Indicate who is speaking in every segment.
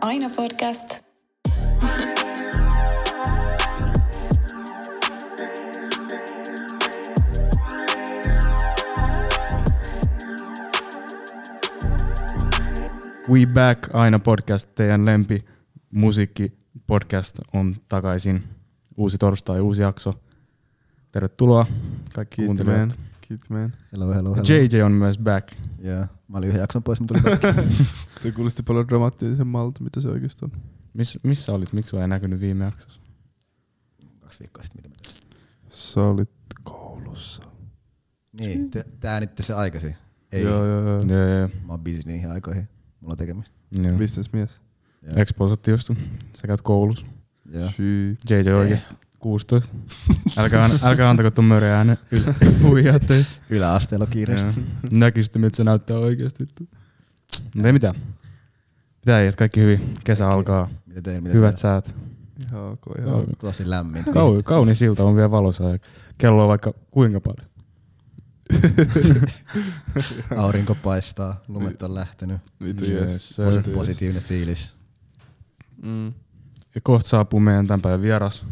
Speaker 1: Aina podcast.
Speaker 2: We Back aina podcast, teidän lempi musiikki podcast on takaisin. Uusi torstai, uusi jakso. Tervetuloa kaikki
Speaker 3: Kiitti man.
Speaker 2: kuuntelijat.
Speaker 3: Kiitti man.
Speaker 4: Hello, hello, hello.
Speaker 2: JJ on myös back.
Speaker 4: Yeah. Mä olin yhden jakson pois, mä tulin back.
Speaker 3: Tuo kuulosti paljon dramaattisemmalta, mitä se oikeasti on.
Speaker 2: Miss, missä olit? Miksi sua ei näkynyt viime jaksossa?
Speaker 4: kaksi viikkoa sitten. Mitä mä tein.
Speaker 3: Sä olit koulussa.
Speaker 4: Niin, te, tää nyt tässä aikaisin. Ei,
Speaker 3: Ei. Joo, joo, joo.
Speaker 2: Joo, joo,
Speaker 4: mä oon busy niihin aikoihin. Mulla on tekemistä.
Speaker 2: joo.
Speaker 3: Bisnesmies.
Speaker 4: Joo.
Speaker 2: Expo otti just, kun sä käyt koulussa.
Speaker 4: Joo.
Speaker 3: Syy.
Speaker 2: JJ on oikeesti 16. Älkää, älkää antako tuon mörä äänen. Huijaatte.
Speaker 4: Yläasteella on kiireesti.
Speaker 2: Joo. Näkisitte, miltä se näyttää oikeesti vittu. Mutta ei mitään. Mitä ei, että kaikki hyvin. Kesä alkaa.
Speaker 4: Mitä teillä? Mitä
Speaker 2: Hyvät säät.
Speaker 3: Ihan ok, ihan
Speaker 2: Joo.
Speaker 3: ok.
Speaker 4: Tosi lämmin.
Speaker 2: Kau, kaunis ilta on vielä valossa ja kello on vaikka kuinka paljon.
Speaker 4: Aurinko paistaa, lumet on lähtenyt.
Speaker 3: Vitu jes.
Speaker 2: Yes, sir.
Speaker 4: Posi- positiivinen fiilis.
Speaker 3: Mm.
Speaker 2: Ja kohta saapuu meidän tämän päivän vieras.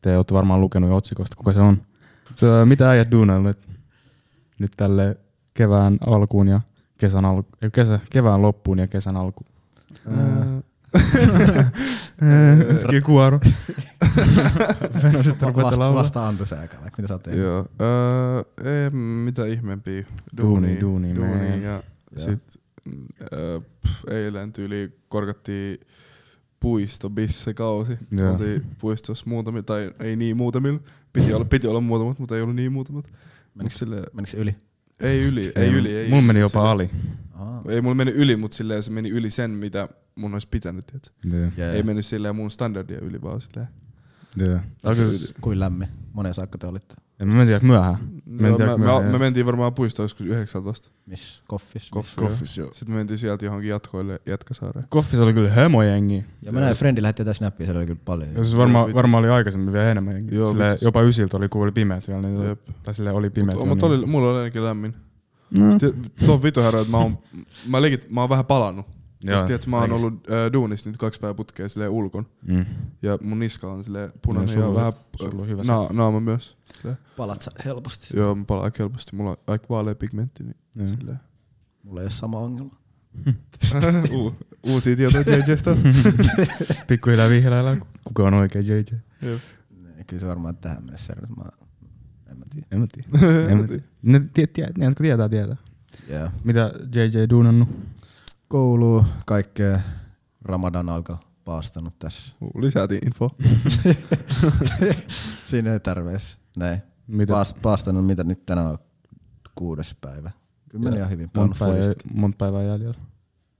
Speaker 2: Te olette varmaan lukenut jo otsikosta, kuka se on. Mutta, äh, mitä äijät duunailet nyt tälle kevään alkuun ja kesän, al- ei, kesä, kevään loppuun ja kesän alkuun?
Speaker 3: Ää,
Speaker 2: Yhtäkkiä kuoro. Venasit ruveta
Speaker 4: vasta,
Speaker 2: laulaa.
Speaker 4: vasta antosääkä, vaikka mitä sä oot tehnyt.
Speaker 3: Joo. Ää, ei mitä ihmeempiä.
Speaker 2: Duuni, duuni, man.
Speaker 3: duuni ja
Speaker 4: Joo.
Speaker 3: sit mm, ää, pff, eilen tyyli korkattiin puistobissekausi.
Speaker 2: Joo.
Speaker 3: Oltiin puistossa muutamilla, tai ei niin muutamilla. Piti olla, piti olla muutamat, mutta ei ollut niin muutamat. Mut
Speaker 4: Meniks,
Speaker 3: silleen-
Speaker 4: meniks yli?
Speaker 3: Ei yli, ei yli. Ei
Speaker 2: Mun meni
Speaker 3: Silleen-
Speaker 2: jopa ali.
Speaker 4: Aha.
Speaker 3: Ei mulla mennyt yli, mutta silleen se meni yli sen, mitä mun olisi pitänyt. Tiedätkö?
Speaker 2: Joo,
Speaker 4: Jee.
Speaker 3: Ei mennyt silleen mun standardia yli, vaan silleen.
Speaker 2: joo. Tää on kyllä-
Speaker 4: Siis Kuin lämmin. Monen saakka te olitte?
Speaker 2: En mä mentiin myöhään.
Speaker 3: No,
Speaker 2: tiedä,
Speaker 3: me,
Speaker 2: kun
Speaker 3: me,
Speaker 2: me-
Speaker 3: me, mentiin varmaan puistoon joskus 19.
Speaker 4: Miss? Koffis?
Speaker 3: Koffis,
Speaker 2: Koffis, joo.
Speaker 3: Sitten me mentiin sieltä johonkin jatkoille Jätkäsaareen.
Speaker 2: Koffis oli kyllä hömojengi.
Speaker 4: Ja mä näin Frendi lähetti jotain snappia, siellä oli kyllä paljon.
Speaker 2: Ja siis varmaan
Speaker 3: Joo,
Speaker 2: varma oli aikaisemmin vielä enemmän jengiä.
Speaker 3: Joo,
Speaker 2: Sille
Speaker 3: vitus.
Speaker 2: jopa ysiltä oli, kun oli pimeät vielä, niin
Speaker 3: Jep.
Speaker 2: tai sille oli pimeät. niin.
Speaker 3: Mut, mut
Speaker 2: vielä,
Speaker 3: oli, mulla oli ainakin lämmin.
Speaker 2: niin-
Speaker 3: Sitten tuo on vitu herra, että mä oon, mä, legit, mä oon vähän palannut.
Speaker 2: Joo.
Speaker 3: Joo, tiedät, mä oon ollut äh, duunissa nyt kaksi päivää putkea silleen ulkon.
Speaker 2: Mm.
Speaker 3: Ja mun niska on silleen
Speaker 2: No,
Speaker 3: punainen
Speaker 2: sulla
Speaker 3: ja
Speaker 2: oli-
Speaker 3: vähän
Speaker 2: sulla oli hyvä se.
Speaker 3: na, naama myös. Silleen.
Speaker 4: Palat sä helposti.
Speaker 3: Joo, mä palaan aika helposti. Mulla on aika vaalea pigmentti. Niin
Speaker 2: Joo.
Speaker 3: silleen.
Speaker 4: Mulla ei ole sama ongelma.
Speaker 3: U- Uusia tietoja JJstä.
Speaker 2: Pikkuhiljaa vihreällä, kuka on oikein JJ?
Speaker 3: Joo.
Speaker 4: Ei, Niin, Kyllä se varmaan tähän mennessä. Mä, en mä tiedä.
Speaker 2: En mä tiedä. en mä tiedä. Ne, tie, tie, ne, jotka tietää, tietää.
Speaker 4: Yeah.
Speaker 2: Mitä JJ duunannut?
Speaker 4: Koulu, kaikkea. Ramadan alkaa paastanut tässä.
Speaker 3: Lisäätiin info.
Speaker 4: Siinä ei tarvees. Näin.
Speaker 2: Mitä?
Speaker 4: Paas, paastanut, mitä nyt tänään on kuudes päivä. Kyllä meni ihan hyvin.
Speaker 2: Monta
Speaker 4: Pelannut
Speaker 2: päivää,
Speaker 4: fudista.
Speaker 2: mont päivää jäljellä.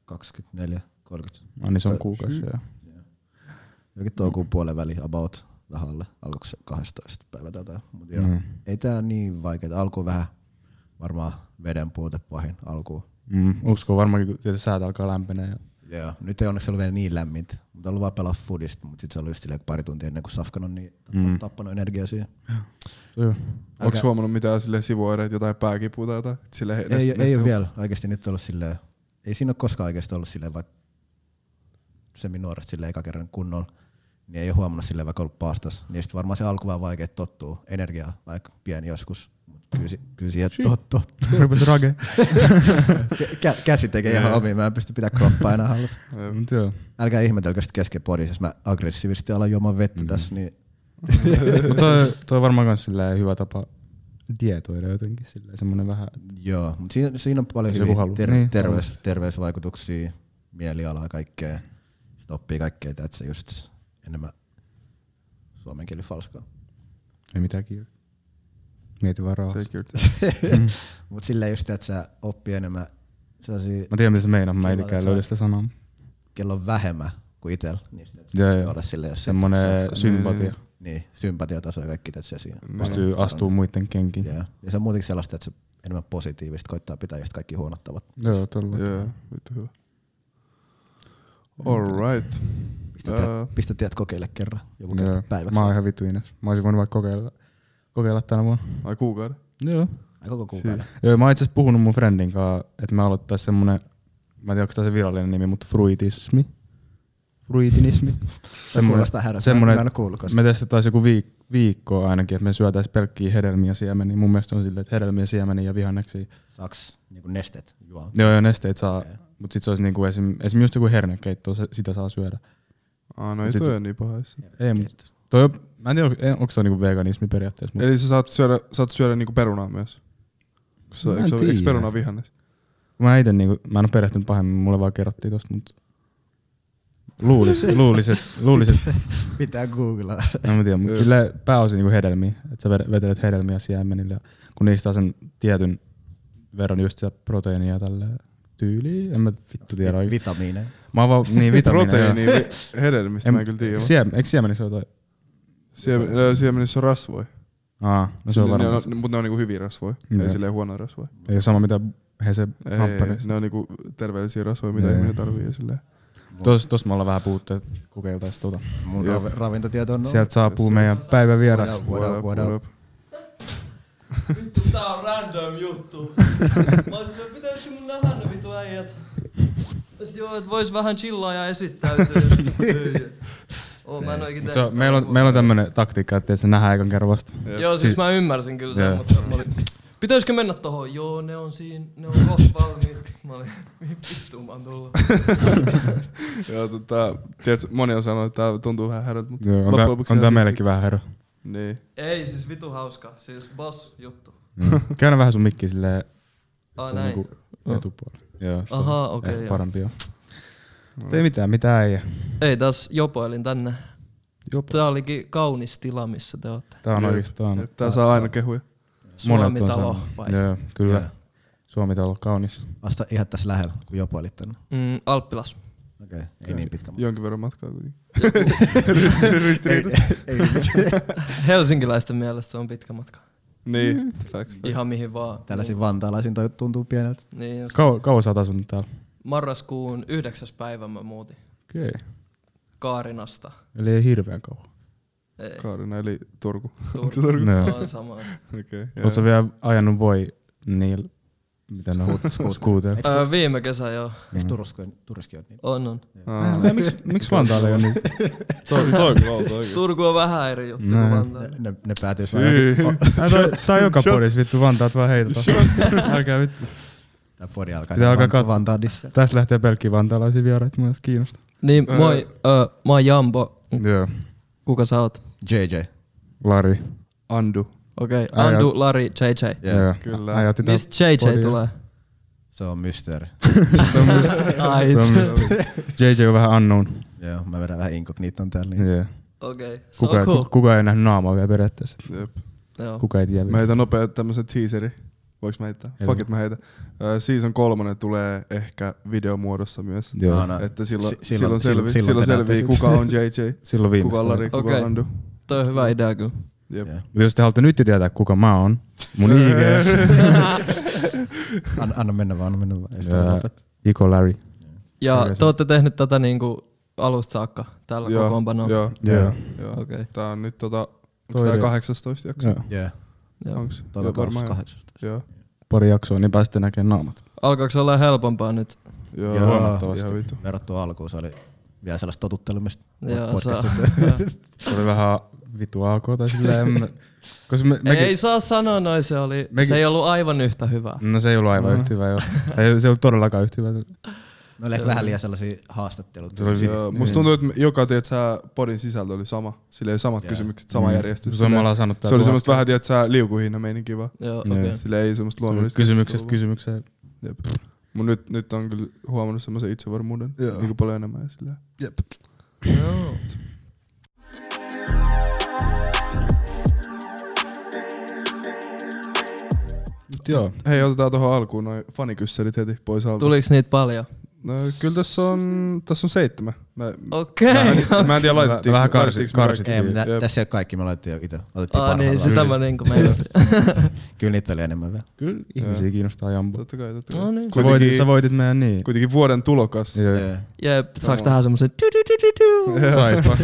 Speaker 4: 24, 30.
Speaker 2: Ah, niin se on
Speaker 4: Sä-
Speaker 2: kuukausi. Joo.
Speaker 4: Jokin toukokuun puolen väli, about vähän alle. Alkoiko se 12 päivä tätä? Mut joo.
Speaker 2: Mm.
Speaker 4: Ei tää niin vaikeeta. Alkuun vähän varmaan veden puute pahin alkuun.
Speaker 2: Mm, uskon varmaankin, kun tietysti säät alkaa lämpenee. Ja...
Speaker 4: Joo, nyt ei onneksi ollut vielä niin lämmintä, mutta ollut vaan pelaa foodista, mutta sitten se oli just silleen pari tuntia ennen kuin Safkan on niin tappanut,
Speaker 2: Mm.
Speaker 4: mm. tappanut energiaa siihen.
Speaker 2: Joo.
Speaker 3: Onko huomannut mitään sille sivuoireita, jotain pääkipuuta tai jotain? Sille
Speaker 4: Ei, ei, ei ole vielä oikeasti nyt ollut silleen, ei siinä ole koskaan oikeasti ollut silleen vaikka seminuoret silleen eka kerran kunnolla, niin ei ole huomannut silleen vaikka ollut paastas. Niin sitten varmaan se alku vaan vaikea tottuu, energiaa vaikka pieni joskus, mutta kyllä, si- kyllä siihen tottuu.
Speaker 2: Rupes rage.
Speaker 4: Kä- käsi tekee ihan omiin, mä en pysty pitää kroppaa enää hallussa.
Speaker 2: Mut joo.
Speaker 4: Älkää ihmetelkö sitten kesken podissa, jos mä aggressiivisesti alan juomaan vettä mm-hmm. tässä, niin
Speaker 2: Mut toi, toi on varmaan myös hyvä tapa dietoida jotenkin. Silleen, semmonen vähän,
Speaker 4: Joo, mutta siinä, siinä on paljon
Speaker 2: Jos
Speaker 4: hyviä
Speaker 2: joku haluaa.
Speaker 4: ter-
Speaker 2: Niin,
Speaker 4: niin, terveys, terveysvaikutuksia, mielialaa, kaikkea. Sitten oppii kaikkea, että se just enemmän suomen kieli falskaa.
Speaker 2: ei mitään kiire. Mieti vaan rauhassa.
Speaker 3: Take your
Speaker 4: Mutta silleen just, että sä oppii enemmän sellaisia,
Speaker 2: Mä tiedän, mitä se meinaa, mä
Speaker 4: Kyllä,
Speaker 2: itsekään
Speaker 4: että
Speaker 2: löydä
Speaker 4: sä-
Speaker 2: sitä sanaa.
Speaker 4: kello on vähemmän kuin itsellä. Niin sit, et
Speaker 2: Joo,
Speaker 4: sit
Speaker 2: joo.
Speaker 4: olla silleen, jos sä-
Speaker 2: Semmoinen
Speaker 4: sä-
Speaker 2: sympatia.
Speaker 4: Niin, sympatiataso ja kaikki tässä siinä.
Speaker 2: Pystyy astumaan muiden kenkiin.
Speaker 4: Joo. Ja se on muutenkin sellaista, että se enemmän positiivista koittaa pitää just kaikki huonottavat.
Speaker 2: Joo, tuolla.
Speaker 3: niin. Joo, vittu hyvä. Alright.
Speaker 4: Pistä, uh, pistä tiedät kokeile kerran joku kerta
Speaker 2: Joo.
Speaker 4: päiväksi.
Speaker 2: Mä oon ihan vitu Ines. Mä olisin voinut vaikka kokeilla, kokeilla tänä vuonna.
Speaker 3: Ai kuukauden.
Speaker 2: Joo.
Speaker 4: koko kuukauden.
Speaker 2: Joo, mä oon itse asiassa puhunut mun friendin kanssa, että me aloittais semmonen, mä en tiedä onko tää se virallinen nimi, mutta fruitismi. Fruitinismi.
Speaker 4: kuulostaa härältä. Mä en oo kuullut koskaan.
Speaker 2: me testataan joku viik- viikko ainakin, että me syötäis pelkkiä hedelmiä ja siemeniä. Mun mielestä se on silleen, että hedelmiä, siemeniä ja vihanneksia.
Speaker 4: Saaks niinku nestet juo?
Speaker 2: Joo, joo, nesteet saa, mutta sit se olisi niinku esim, esim just joku hernekeitto, se, sitä saa syödä.
Speaker 3: Aa, no ei
Speaker 2: Sit
Speaker 3: toi
Speaker 2: se-
Speaker 3: ole niin paha. edes.
Speaker 2: Ei, mut toi on, mä en tiedä, onko- onko se niinku veganismi periaatteessa, mutta
Speaker 3: Eli sä saat syödä, saat syödä niinku perunaa myös. Kun Se,
Speaker 2: Mä en
Speaker 3: eikö, se ole- eikö
Speaker 2: tiedä.
Speaker 3: perunaa vihannes?
Speaker 2: Mä ite niinku, mä en oo perehtynyt pahemmin, mulle vaan kerrottiin tosta, mut luulis, luulis, et, luulis, et,
Speaker 4: Pitää googlaa.
Speaker 2: en mä tiedä, mut
Speaker 3: Joo.
Speaker 2: sille pääosin niinku hedelmiä, että sä vede- vetelet hedelmiä siemenille, ja kun niistä saa sen tietyn verran just sitä proteiinia ja tällä tyyliin, en mä vittu tiedä. oikein.
Speaker 4: Vitamiineja.
Speaker 2: Mä oon vaan, niin vitamiineja.
Speaker 3: Proteiini vi- hedelmistä
Speaker 2: En-
Speaker 3: mä en kyllä tiedä.
Speaker 2: Siem, eikö siemenissä ole toi?
Speaker 3: Siemen- ää, Siemenissä on rasvoja.
Speaker 2: Aa, no se on
Speaker 3: Ne- ne
Speaker 2: varmaan.
Speaker 3: Mutta ne on niinku hyviä rasvoja,
Speaker 2: Joo.
Speaker 3: ei silleen huonoja rasvoja.
Speaker 2: Ei ole sama mitä he se
Speaker 3: Ei,
Speaker 2: hamppari.
Speaker 3: ne on niinku terveellisiä rasvoja, mitä
Speaker 2: Joo.
Speaker 3: ihminen tarvii. Silleen.
Speaker 2: Tos, tos me ollaan vähän puhuttu, että kokeiltais tota.
Speaker 4: Mun
Speaker 3: Joo.
Speaker 4: rav- ravintotieto on
Speaker 2: No, Sieltä saapuu meidän päivän vieras.
Speaker 4: What up, what up?
Speaker 5: Vittu, tää on random juttu. Mä olisin, että pitäisikö mun nähdä ne vitu äijät? Et joo, et vois vähän chillaa ja esittäytyä. ja sit- Ei. Oo, mä en oikein
Speaker 2: Mut
Speaker 5: tehnyt
Speaker 2: Se on, meillä, on,
Speaker 5: tätä.
Speaker 2: meillä on tämmönen taktiikka, että se nähdään ekan kerran vasta.
Speaker 5: Joo, siis
Speaker 2: siis-
Speaker 5: mä ymmärsin kyllä sen,
Speaker 2: Joo.
Speaker 5: mutta mä olin... Pitäisikö mennä tohon? Joo, ne on siinä, ne on kohta valmiit. Mä olin, mihin vittuun mä oon tullut?
Speaker 3: Ja tota, tiedätkö, moni on sanonut, että tää tuntuu vähän härältä, mutta
Speaker 2: Joo, on,
Speaker 3: loppujen
Speaker 2: tää,
Speaker 3: lopuksi
Speaker 2: on
Speaker 3: ihan
Speaker 2: tää
Speaker 3: siisti.
Speaker 2: meillekin vähän herro.
Speaker 3: Niin.
Speaker 5: Ei, siis vitu hauska. Siis boss juttu.
Speaker 2: Niin. Käännä vähän sun mikki silleen, että
Speaker 5: Ah,
Speaker 2: se on
Speaker 5: näin.
Speaker 2: niinku etupuolella. Joo, se on
Speaker 5: Ahaa,
Speaker 2: ehkä
Speaker 5: okei, joo.
Speaker 2: Parempi joo. Mut Ei mitään, mitään ei.
Speaker 5: Ei, taas jopoilin tänne.
Speaker 2: Jopa.
Speaker 5: Tää olikin kaunis tila, missä te ootte.
Speaker 2: Tää on
Speaker 3: Jep.
Speaker 2: oikeastaan.
Speaker 3: Tää saa aina kehuja.
Speaker 2: monet on
Speaker 5: Suomi-talo
Speaker 2: sanonut.
Speaker 5: vai?
Speaker 2: Joo, kyllä.
Speaker 4: Joo.
Speaker 2: Suomi-talo on kaunis.
Speaker 4: Vasta ihan tässä lähellä, kun joku oli tänne.
Speaker 5: Mm, Alppilas.
Speaker 4: Okei, okay, ei niin pitkä.
Speaker 3: Jonkin verran matkaa kuitenkin.
Speaker 4: Ei niin pitkä.
Speaker 5: Helsinkiläisten mielestä se on pitkä matka.
Speaker 2: Mm.
Speaker 3: Niin, facts. facts.
Speaker 5: Ihan mihin vaan.
Speaker 4: Tällaisin vantaalaisiin toi tuntuu pieneltä.
Speaker 5: Niin just.
Speaker 2: Kau, kauan sä oot asunut täällä?
Speaker 5: Marraskuun yhdeksäs päivä mä muutin
Speaker 2: Okei.
Speaker 5: Kaarinasta.
Speaker 2: Eli ei hirveän kauan.
Speaker 5: Ei,
Speaker 3: Kaarina eli Turku. Onko se
Speaker 5: Turku
Speaker 3: Turku?
Speaker 2: Joo.
Speaker 5: on sama.
Speaker 3: Okei.
Speaker 2: Oot sä
Speaker 3: joo.
Speaker 2: vielä ajanut voi niillä, mitä ne on? Scooter.
Speaker 5: Öö, viime kesä joo.
Speaker 4: Miksi Turuskin, Turuskin on niin?
Speaker 5: On on.
Speaker 3: Aa,
Speaker 2: Mä en- Miksi miksi Vantaalla ei niin ole niitä?
Speaker 3: Toi toi on kyllä outo oikein.
Speaker 5: Turku on vähän eri juttu kuin
Speaker 2: Näin.
Speaker 5: Vantaa.
Speaker 4: Ne, ne, ne päätyis vaan
Speaker 3: Syy.
Speaker 4: johonkin. Oh,
Speaker 2: Tää- toi- Tää on joka podissa, vittu Vantaat vaan heitota. Älkää vittu.
Speaker 4: Tää podi alkaa.
Speaker 2: Pitää alkaa
Speaker 4: Vanta-
Speaker 2: kat-
Speaker 4: Vantaa dissa.
Speaker 2: Tässä lähtee pelkkiä vantaalaisia vieraita, mä jos kiinnostaa.
Speaker 5: Niin,
Speaker 3: Öö.
Speaker 5: moi. Öö, mä oon Jambo.
Speaker 2: Joo.
Speaker 5: Kuka sä oot?
Speaker 4: JJ.
Speaker 2: Lari.
Speaker 3: Andu.
Speaker 5: Okei, okay.
Speaker 2: Ai,
Speaker 5: Andu,
Speaker 2: ai.
Speaker 5: Lari, JJ.
Speaker 4: Joo.
Speaker 2: Joo.
Speaker 3: Kyllä.
Speaker 2: Ajoitti tää
Speaker 5: Mistä JJ
Speaker 2: podia.
Speaker 5: tulee?
Speaker 4: Se on mysteeri.
Speaker 2: Se on,
Speaker 5: Ai,
Speaker 2: se on,
Speaker 5: itse.
Speaker 2: JJ on vähän unknown.
Speaker 4: Joo, mä vedän vähän inkogniton täällä. Niin.
Speaker 2: Joo.
Speaker 5: Okei, okay. se
Speaker 2: Kuka,
Speaker 5: on cool.
Speaker 2: ku, kuka ei nähnyt naamaa vielä periaatteessa.
Speaker 3: Jep.
Speaker 5: Joo.
Speaker 2: Kuka ei tiedä
Speaker 3: Mä
Speaker 2: vielä.
Speaker 3: heitän nopea tämmösen teaseri. Voiks mä heittää?
Speaker 2: Joo.
Speaker 3: Fuck it, mä heitän. Ö, Season kolmonen tulee ehkä videomuodossa myös.
Speaker 2: Joo.
Speaker 4: Aina.
Speaker 3: Että silloin,
Speaker 4: Si-
Speaker 3: silloin, silloin,
Speaker 4: silloin
Speaker 3: silloin
Speaker 4: te näette
Speaker 3: selvii,
Speaker 4: sit.
Speaker 3: kuka on JJ,
Speaker 2: Silloin
Speaker 3: kuka on
Speaker 2: viimeistään.
Speaker 3: Lari, kuka
Speaker 5: Okei.
Speaker 3: on Andu.
Speaker 5: Toi on hyvä idea kyllä.
Speaker 3: Jep.
Speaker 4: Joo.
Speaker 2: Mutta jos te haluatte nyt jo tietää, kuka mä oon, mun IG,
Speaker 4: Anna, anna mennä vaan, anna mennä vaan. Ei sitä
Speaker 2: Joo.
Speaker 4: voi lopettaa.
Speaker 2: Iko Larry.
Speaker 5: Ja
Speaker 2: Oikein se-
Speaker 5: te ootte tehnyt tätä niinku alusta saakka tällä
Speaker 3: Joo,
Speaker 5: kokoonpanolla.
Speaker 3: Joo,
Speaker 4: Joo.
Speaker 3: joo.
Speaker 5: Okei.
Speaker 3: Tää on nyt tota, onks
Speaker 2: Toi
Speaker 3: tää
Speaker 2: idea.
Speaker 3: 18 jakso?
Speaker 2: Joo.
Speaker 4: Joo.
Speaker 5: Joo.
Speaker 3: Onks?
Speaker 4: Toivon
Speaker 3: Joo, varmaan
Speaker 4: kahdeksan.
Speaker 3: joo. Joo.
Speaker 2: Pari jaksoa, niin pääsette näkemään naamat.
Speaker 5: Alkaako se olla helpompaa nyt?
Speaker 3: Joo,
Speaker 4: Joo.
Speaker 3: huomattavasti.
Speaker 2: Joo,
Speaker 3: Ihan vittu.
Speaker 4: Verrattuna alkuun se oli vielä sellaista totuttelemista.
Speaker 5: Joo,
Speaker 4: podcastit.
Speaker 2: Se oli vähän vitu AK tai silleen. en mä- Koska me, mekin,
Speaker 5: Ei saa sanoa noin, se, oli,
Speaker 2: Mekin-
Speaker 5: se ei ollut aivan yhtä hyvää.
Speaker 2: No se ei ollut aivan yhtä hyvä, joo. Ei, se ei ollut todellakaan yhtä hyvä.
Speaker 4: Ne oli ehkä vähän liian sellaisia haastattelut.
Speaker 2: Se oli vi- niin.
Speaker 3: Joo, musta tuntuu, että joka tiedät, sä, podin sisältö oli sama. Sillä ei samat
Speaker 4: Joo.
Speaker 3: kysymykset,
Speaker 2: Mm.
Speaker 3: sama järjestys.
Speaker 2: Se on me ollaan saanut
Speaker 3: se oli semmoista vähän, tiedät, sä liukuhinna meininki vaan.
Speaker 5: Joo,
Speaker 2: Joo.
Speaker 5: okei.
Speaker 3: Sillä ei semmoista luonnollista.
Speaker 2: Kysymyksestä kysymykseen.
Speaker 3: Jep. Mut nyt, nyt on kyllä huomannut semmoisen itsevarmuuden
Speaker 2: Joo.
Speaker 3: niin paljon enemmän. ja Sillä. Jep.
Speaker 5: Joo.
Speaker 2: Mut joo.
Speaker 3: Hei, otetaan tuohon alkuun noin fanikysselit heti pois alta.
Speaker 5: Tuliko niitä paljon?
Speaker 3: No, kyllä tässä on, tässä on seitsemän. Mä,
Speaker 5: Okei.
Speaker 3: mä, en, mä en tiedä laitettiin.
Speaker 2: Vähän karsi- karsittiin.
Speaker 4: Ei, mä,
Speaker 3: Jep.
Speaker 4: tässä ei ole kaikki, me laitettiin jo itse. Otettiin
Speaker 5: Ah, niin, sitä mä niinku meinasin.
Speaker 4: Kyllä niitä oli enemmän vielä.
Speaker 2: Kyllä ihmisiä kiinnostaa jambu.
Speaker 3: Totta kai, totta kai.
Speaker 5: No niin.
Speaker 2: Sä voitit,
Speaker 3: Kuitenkin,
Speaker 2: sä voitit meidän niin.
Speaker 3: kuitenkin vuoden tulokas.
Speaker 2: Joo.
Speaker 4: Joo.
Speaker 5: Jep, saaks tähän semmosen tu tu tu tu
Speaker 2: Saispa.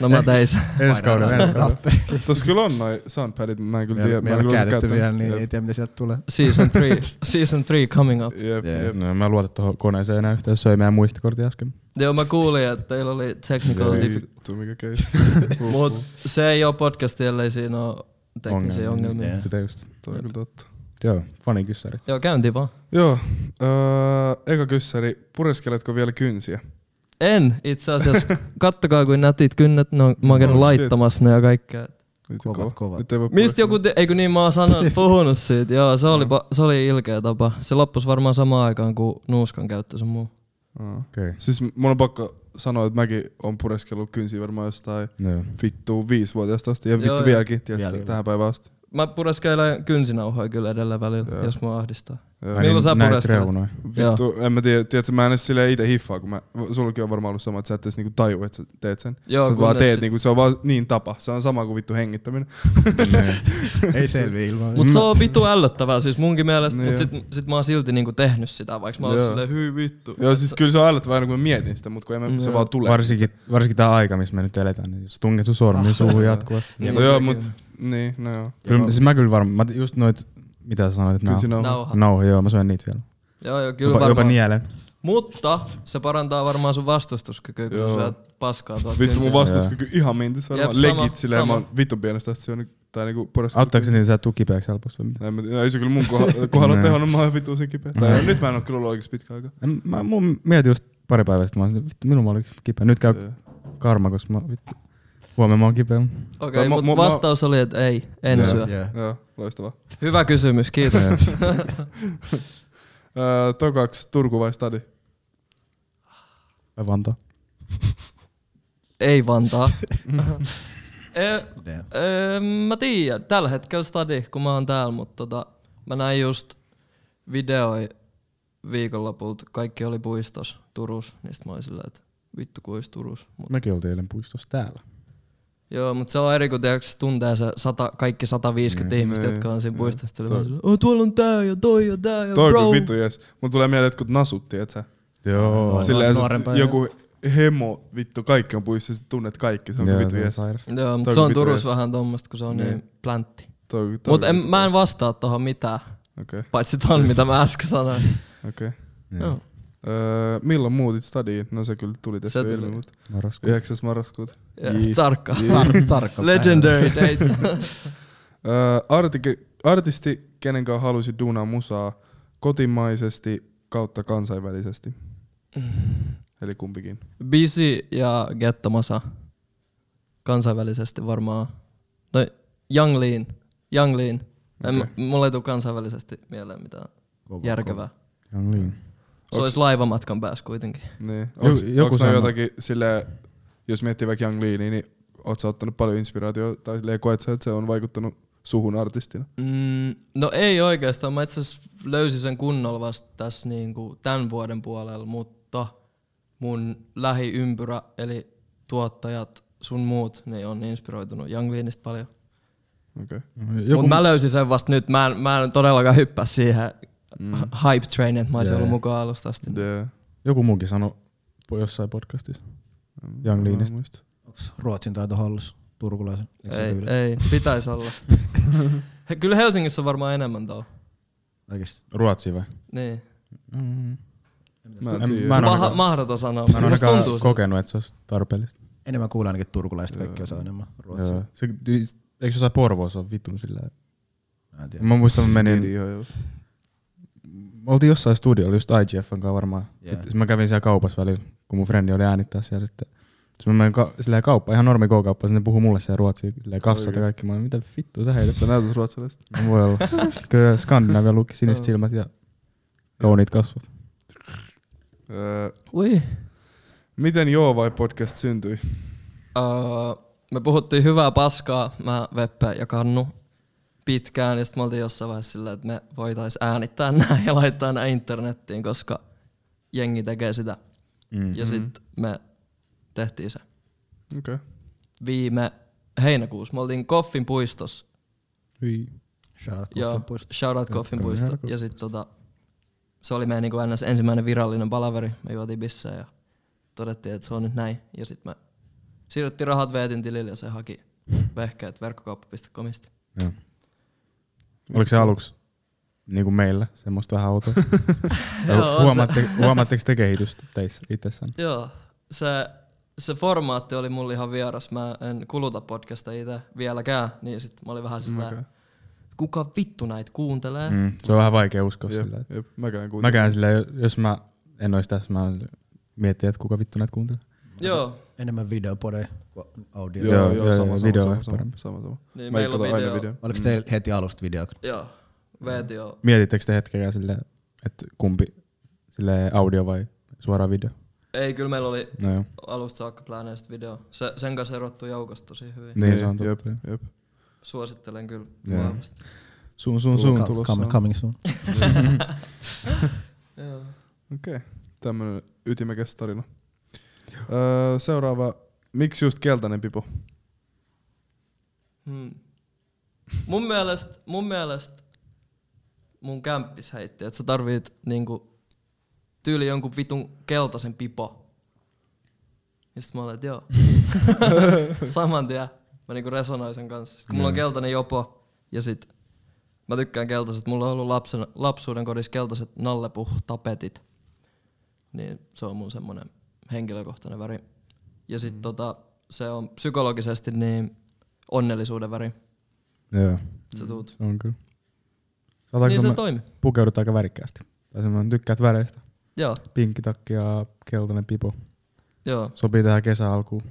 Speaker 5: No mä tein sen.
Speaker 2: Ensi kaudella, ensi kaudella.
Speaker 3: Tuossa kyllä on noi soundpadit, mutta mä en kyllä
Speaker 4: Me
Speaker 3: tiedä.
Speaker 4: ei-
Speaker 3: mä
Speaker 4: me
Speaker 3: en
Speaker 4: ei ole
Speaker 3: kyllä
Speaker 4: käytetty
Speaker 3: käyttänyt.
Speaker 4: vielä, niin
Speaker 3: Jep,
Speaker 4: ei tiedä mitä sieltä tulee.
Speaker 5: Season 3. Season 3 coming up.
Speaker 3: Jep,
Speaker 4: Jep.
Speaker 3: jep.
Speaker 2: No, mä luotan tuohon koneeseen enää yhtään, se söi meidän muistikortin äsken.
Speaker 5: Joo, mä kuulin, että teillä oli technical
Speaker 3: Ei
Speaker 5: difficulty.
Speaker 3: Vittu, mikä case. Huh,
Speaker 5: Mut
Speaker 3: huh.
Speaker 5: se ei oo podcast, ellei siinä oo teknisiä
Speaker 2: Ongelmia. Niin,
Speaker 5: ongelmia.
Speaker 4: Joo.
Speaker 2: Sitä just.
Speaker 3: Toi on kyllä totta.
Speaker 2: Joo, fanikyssärit.
Speaker 5: Joo, käyntiin vaan.
Speaker 3: Joo. Öö, eka kyssäri, pureskeletko vielä kynsiä?
Speaker 5: En itse asiassa. Kattokaa, kuin nätit kynnet, ne on, mä oon käynyt
Speaker 3: Oh, shit.
Speaker 5: laittamassa ne ja kaikkea.
Speaker 3: Nyt
Speaker 4: Kovat,
Speaker 3: kova.
Speaker 4: kovat.
Speaker 3: Nyt ei voi
Speaker 5: Mistä
Speaker 3: pureskella.
Speaker 5: joku, te- eikö niin, mä oon sanonut, puhunut siitä. Joo, se oli, pa- se oli ilkeä tapa. Se loppus varmaan samaan aikaan kuin nuuskan käyttö sun muu.
Speaker 3: Aa.
Speaker 2: Okei.
Speaker 3: Siis mun on pakko sanoa, että mäkin on pureskellut kynsiä varmaan jostain
Speaker 2: Joo.
Speaker 3: vittu viisivuotiaasta asti. Ja vittu
Speaker 5: Joo, joo.
Speaker 3: vieläkin, tietysti
Speaker 4: Vieläkin.
Speaker 3: tähän päivään asti.
Speaker 5: Mä pureskeilen kynsinauhoja kyllä edellä välillä,
Speaker 3: Joo.
Speaker 5: jos mua ahdistaa.
Speaker 3: Joo.
Speaker 2: Ai
Speaker 5: Milloin
Speaker 2: niin,
Speaker 5: sä
Speaker 2: näit
Speaker 5: pureskelet?
Speaker 2: reunoja.
Speaker 3: Vittu, en mä tiedä, tiedätkö, mä en edes silleen itse hiffaa, kun mä, sullakin on varmaan ollut sama, että sä et edes niinku taju, että sä teet sen.
Speaker 5: Joo,
Speaker 3: Sä vaan
Speaker 5: kunnes
Speaker 3: teet,
Speaker 5: sit-
Speaker 3: niinku, se on vaan niin tapa. Se on sama kuin vittu hengittäminen.
Speaker 4: Ei selviä ilman.
Speaker 5: Mut se on vitu ällöttävää siis munkin mielestä,
Speaker 3: No
Speaker 5: mut
Speaker 3: joo.
Speaker 5: sit, sit mä oon silti niinku tehnyt sitä, vaikka mä oon
Speaker 3: Joo.
Speaker 5: silleen, hyi vittu.
Speaker 3: Joo, siis kyllä se on älyttävää aina, kun mä mietin sitä, mutta kun ei mä, se
Speaker 5: Joo.
Speaker 3: vaan tulee.
Speaker 2: Varsinkin, varsinkin tämä aika, missä me nyt eletään, niin jos tunget sun sormi suuhun jatkuvasti.
Speaker 5: Ah. Niin,
Speaker 3: No joo,
Speaker 5: sekin.
Speaker 3: mut niin, no joo.
Speaker 2: Kyllä, siis mä kyllä varmaan, mä just noit, mitä sä sanoit, että
Speaker 3: Kyllä
Speaker 2: nää
Speaker 3: siinä on.
Speaker 5: Nauha.
Speaker 2: Nauho, joo, mä söin niitä vielä.
Speaker 5: Joo, joo, kyllä
Speaker 2: Jopa, jopa
Speaker 3: niin-
Speaker 5: varmaan.
Speaker 2: nielen.
Speaker 5: Mutta se parantaa varmaan sun vastustuskykyä, kun sä
Speaker 3: Joo.
Speaker 5: syöt paskaa tuolta
Speaker 3: Vittu mun
Speaker 5: kynsiltä.
Speaker 3: vastauskyky ihan mintis
Speaker 5: Jep,
Speaker 3: varmaan.
Speaker 5: sama,
Speaker 3: Legit silleen, mä
Speaker 5: sama.
Speaker 3: oon vittu pienestä asti syönyt, tai niinku porasta.
Speaker 2: Auttaako se niin, sä et tuu kipeäksi helposti vai mitä?
Speaker 3: En mä tiedä, No, ei se kyllä mun kohdalla, kohdalla
Speaker 2: Nää.
Speaker 3: tehonnut, mä oon vittu sen kipeä. Tai nyt mä en oo kyllä ollut oikeesti pitkä aika.
Speaker 2: En- Mä mun mietin just pari päivää sitten, mä olin, että vittu, milloin mä olin kipeä. Nyt käy
Speaker 3: Joo.
Speaker 2: karma, koska mä vittu, huomenna mä oon kipeä.
Speaker 5: Okei,
Speaker 3: Tai mu-
Speaker 5: okay,
Speaker 3: mu-
Speaker 5: mutta vastaus oli, että ei, en
Speaker 3: Joo.
Speaker 5: syö.
Speaker 4: Yeah.
Speaker 3: Joo, loistavaa.
Speaker 5: Hyvä kysymys, kiitos.
Speaker 3: Öö, Tokaaks Turku vai Stadi?
Speaker 2: Vai Vantaa.
Speaker 5: ei Vantaa.
Speaker 3: Mm.
Speaker 5: Ö,
Speaker 4: Yeah.
Speaker 5: Öö, mä tiedän, tällä hetkellä stadi, kun mä oon täällä, mutta tota, mä näin just videoi viikonlopulta, kaikki oli puistos Turus, niistä mä olin silleen, että vittu kun olisi Turus.
Speaker 3: Mm.
Speaker 5: Mut,
Speaker 2: Mekin oltiin eilen puistossa täällä.
Speaker 5: joo, mutta se on eri, kun tiiäks, tuntee se sata, kaikki 150 mm, ihmistä,
Speaker 3: niin,
Speaker 5: jotka on siinä puistossa. Tuli
Speaker 3: Toi-
Speaker 5: vaan silleen, oh, tuolla on tää ja toi ja tää ja
Speaker 3: Toi
Speaker 5: bro.
Speaker 3: kyllä vittu jes. Mun tulee mieleen, että kun nasut, tietsä.
Speaker 2: Joo.
Speaker 4: Noin.
Speaker 3: Silleen se-
Speaker 4: nuorempaa,
Speaker 3: joku hemo, vittu, kaikki on puissa, sit tunnet kaikki, se on kyllä vittu
Speaker 2: toi
Speaker 3: jes.
Speaker 2: sairasta.
Speaker 5: Joo,
Speaker 3: Toi
Speaker 5: mutta se on
Speaker 3: kyllä
Speaker 5: Turus
Speaker 3: vittu
Speaker 5: vähän tommosta, kun se on niin,
Speaker 3: Niin.
Speaker 5: niin pläntti.
Speaker 3: Toi on- toi on
Speaker 5: Mutta
Speaker 3: kyllä vittu
Speaker 5: mä en
Speaker 3: kovaa.
Speaker 5: vastaa tohon mitään,
Speaker 3: Okei,
Speaker 5: paitsi ton, mitä mä äsken sanoin.
Speaker 3: okei.
Speaker 5: Joo.
Speaker 3: Öö, Milloin muutit stadiin? No se kyllä tuli tässä
Speaker 5: Se
Speaker 3: jo
Speaker 5: tuli.
Speaker 3: ilmi, mutta
Speaker 2: Marraskuun.
Speaker 3: 9. marraskuuta.
Speaker 5: Ja,
Speaker 3: Jii.
Speaker 5: tarkka.
Speaker 4: Tar- tarkka
Speaker 5: Legendary date.
Speaker 3: Öö, artike- artisti, kenen kanssa halusit duunaa musaa kotimaisesti kautta kansainvälisesti?
Speaker 5: Mm.
Speaker 3: Eli kumpikin.
Speaker 5: Bisi ja Gettomasa. Kansainvälisesti varmaan. No, Young Lean. Young Lean. En,
Speaker 3: Okei.
Speaker 5: Mulle ei tule kansainvälisesti mieleen mitään
Speaker 4: Kova,
Speaker 5: järkevää.
Speaker 2: Young Lean.
Speaker 5: Se olisi laivamatkan päässä kuitenkin.
Speaker 3: Niin.
Speaker 2: Ju-
Speaker 3: Onks,
Speaker 2: joku
Speaker 3: onks nää
Speaker 2: sana.
Speaker 3: jotakin sille, jos miettii vaikka Young Leania, niin oot sä ottanut paljon inspiraatiota tai silleen, koet sä, että se on vaikuttanut suhun artistina?
Speaker 5: Mm, no ei oikeastaan. Mä itse asiassa löysin sen kunnolla vasta tässä niin kuin tämän vuoden puolella, mutta mun lähiympyrä, eli tuottajat, sun muut, niin on inspiroitunut Young Leanista paljon.
Speaker 3: Okei.
Speaker 2: Joku,
Speaker 5: Mutta mä löysin sen vasta nyt. Mä en, mä en todellakaan hyppää siihen mm. hype trainiin, että mä olisin
Speaker 2: Jee.
Speaker 5: ollut mukaan alusta asti.
Speaker 3: Yeah.
Speaker 2: joku muukin sanoi po- jossain podcastissa. Young Leanista.
Speaker 4: Onks Ruotsin taito hallussa? Turkulaisen? Eikö se
Speaker 5: Ei,
Speaker 4: tyyli?
Speaker 5: ei, pitäisi olla. He, kyllä Helsingissä on varmaan enemmän tuo.
Speaker 4: Oikeesti.
Speaker 2: Ruotsi vai?
Speaker 5: Niin.
Speaker 3: Mä en
Speaker 2: En-
Speaker 3: tiedä.
Speaker 2: mä en
Speaker 5: Maha,
Speaker 2: ainakaan-
Speaker 5: mahdoton sanoa.
Speaker 2: Mä en
Speaker 5: Musta
Speaker 2: ainakaan
Speaker 5: tuntuu sitä.
Speaker 2: kokenut, että se olisi tarpeellista.
Speaker 4: Enemmän kuulee ainakin turkulaista, kaikki osaa enemmän ruotsia.
Speaker 2: Joo. Se, eikö se osaa Porvoa, se on vitun sillä
Speaker 4: Mä en tiedä.
Speaker 2: Mä muistan, mä menin,
Speaker 3: Niin, joo, joo.
Speaker 2: Me oltiin jossain studiolla, just IGFn kanssa varmaan.
Speaker 4: Jee.
Speaker 2: Yeah. Mä kävin siellä kaupassa välillä, kun mun frendi oli äänittää siellä. Sitten. Sitten mä menin ka- silleen kauppaan, ihan normi K-kauppaan, sitten ne puhuu mulle siellä ruotsia, silleen kassat ja kaikki. Mä olin, mitä vittu sä heität?
Speaker 3: Sä näytät ruotsalaista.
Speaker 2: No voi olla. Kyllä Skandinavia luki siniset silmät ja kauniit kasvot.
Speaker 3: Öö,
Speaker 5: Ui.
Speaker 3: miten Joo vai podcast syntyi?
Speaker 5: Öö, me puhuttiin hyvää paskaa, mä, Veppe ja Kannu, pitkään. Ja sitten me oltiin jossain vaiheessa silleen, että me voitais äänittää nää ja laittaa nää internettiin, koska jengi tekee sitä.
Speaker 2: Mm.
Speaker 5: Ja sitten me tehtiin se.
Speaker 3: Okei. Okay.
Speaker 5: Viime heinäkuussa me oltiin Koffin puistossa.
Speaker 4: Shout out
Speaker 5: Joo,
Speaker 4: Koffin puisto.
Speaker 5: Shoutout Koffin puisto. Ja sit tota, se oli meidän niin kuin NS ensimmäinen virallinen palaveri. Me juotiin bissejä ja todettiin, että se on nyt näin. Ja sit me siirrettiin rahat Veetin tilille ja se haki vehkeet verkkokauppa.comista.
Speaker 2: Joo. Oliko se aluksi niin kuin meillä semmoista vähän outoa? Tai
Speaker 5: Joo, on se.
Speaker 2: huomaatte, huomaatteko te kehitystä teissä itsessään?
Speaker 5: Joo, se, se formaatti oli mulle ihan vieras. Mä en kuluta podcasta itse vieläkään, niin sit mä olin vähän sillä,
Speaker 3: Mäkään.
Speaker 5: kuka vittu näitä kuuntelee? Mm.
Speaker 2: Mm. Se on vähän vaikea uskoa
Speaker 3: Jep,
Speaker 2: sillä.
Speaker 3: jep, mä käyn kuitenkin.
Speaker 2: Mäkään sillä, jos mä en olisi tässä, mä miettiä, että kuka vittu näitä kuuntelee.
Speaker 5: Joo,
Speaker 4: Enemmän videopodeja kuin audio.
Speaker 3: Joo, joo,
Speaker 2: Joo,
Speaker 3: joo,
Speaker 2: joo,
Speaker 3: sama,
Speaker 2: joo,
Speaker 3: sama,
Speaker 2: video
Speaker 3: sama,
Speaker 2: on
Speaker 3: sama,
Speaker 2: parempi.
Speaker 3: sama, sama.
Speaker 5: Niin,
Speaker 3: Mä
Speaker 5: meillä on
Speaker 3: katson aina
Speaker 5: video.
Speaker 3: Mm.
Speaker 4: Oliko teillä heti alusta video?
Speaker 5: joo. Veeti on
Speaker 2: Mietittekö te hetkeä sille, että kumpi sille audio vai suora video?
Speaker 5: Ei, kyllä meillä oli
Speaker 2: No joo,
Speaker 5: alusta saakka plääneistä video. Se, sen kanssa erottui joukosta tosi hyvin.
Speaker 2: niin se on
Speaker 3: Jep,
Speaker 2: totta. joo.
Speaker 3: jep.
Speaker 5: Suosittelen kyllä
Speaker 2: Joo.
Speaker 5: vahvasti.
Speaker 2: Sun, sun, sun.
Speaker 3: Tulkaa. tulossa.
Speaker 4: Coming, coming soon.
Speaker 5: Joo.
Speaker 3: Okei. Okay. Tämmönen ytimekäs tarina. Öö, seuraava. Miksi just keltainen pipo?
Speaker 5: Hmm. Mun mielestä mun, mielestä mun kämppis heitti, että sä tarvit niinku, tyyli jonkun vitun keltaisen pipo. Ja sit mä olin, että joo. Saman tien mä niinku resonoin sen kanssa. Sit kun mulla on keltainen jopo ja sit mä tykkään keltaiset. Mulla on ollut lapsen, lapsuuden kodissa keltaiset nallepuh-tapetit. Niin se on mun semmonen henkilökohtainen väri. Ja sit tota, se on psykologisesti niin onnellisuuden väri.
Speaker 2: Joo,
Speaker 5: Sä tuut.
Speaker 2: se on kyllä.
Speaker 5: Mm.
Speaker 2: Saataanko
Speaker 5: Niin
Speaker 2: niin
Speaker 5: se
Speaker 2: me
Speaker 5: toimi.
Speaker 2: pukeudut aika värikkäästi? Tai semmoinen tykkäät väreistä.
Speaker 5: Joo,
Speaker 2: Pinkki takki ja keltainen pipo.
Speaker 5: joo.
Speaker 2: Sopii tähän kesäalkuun.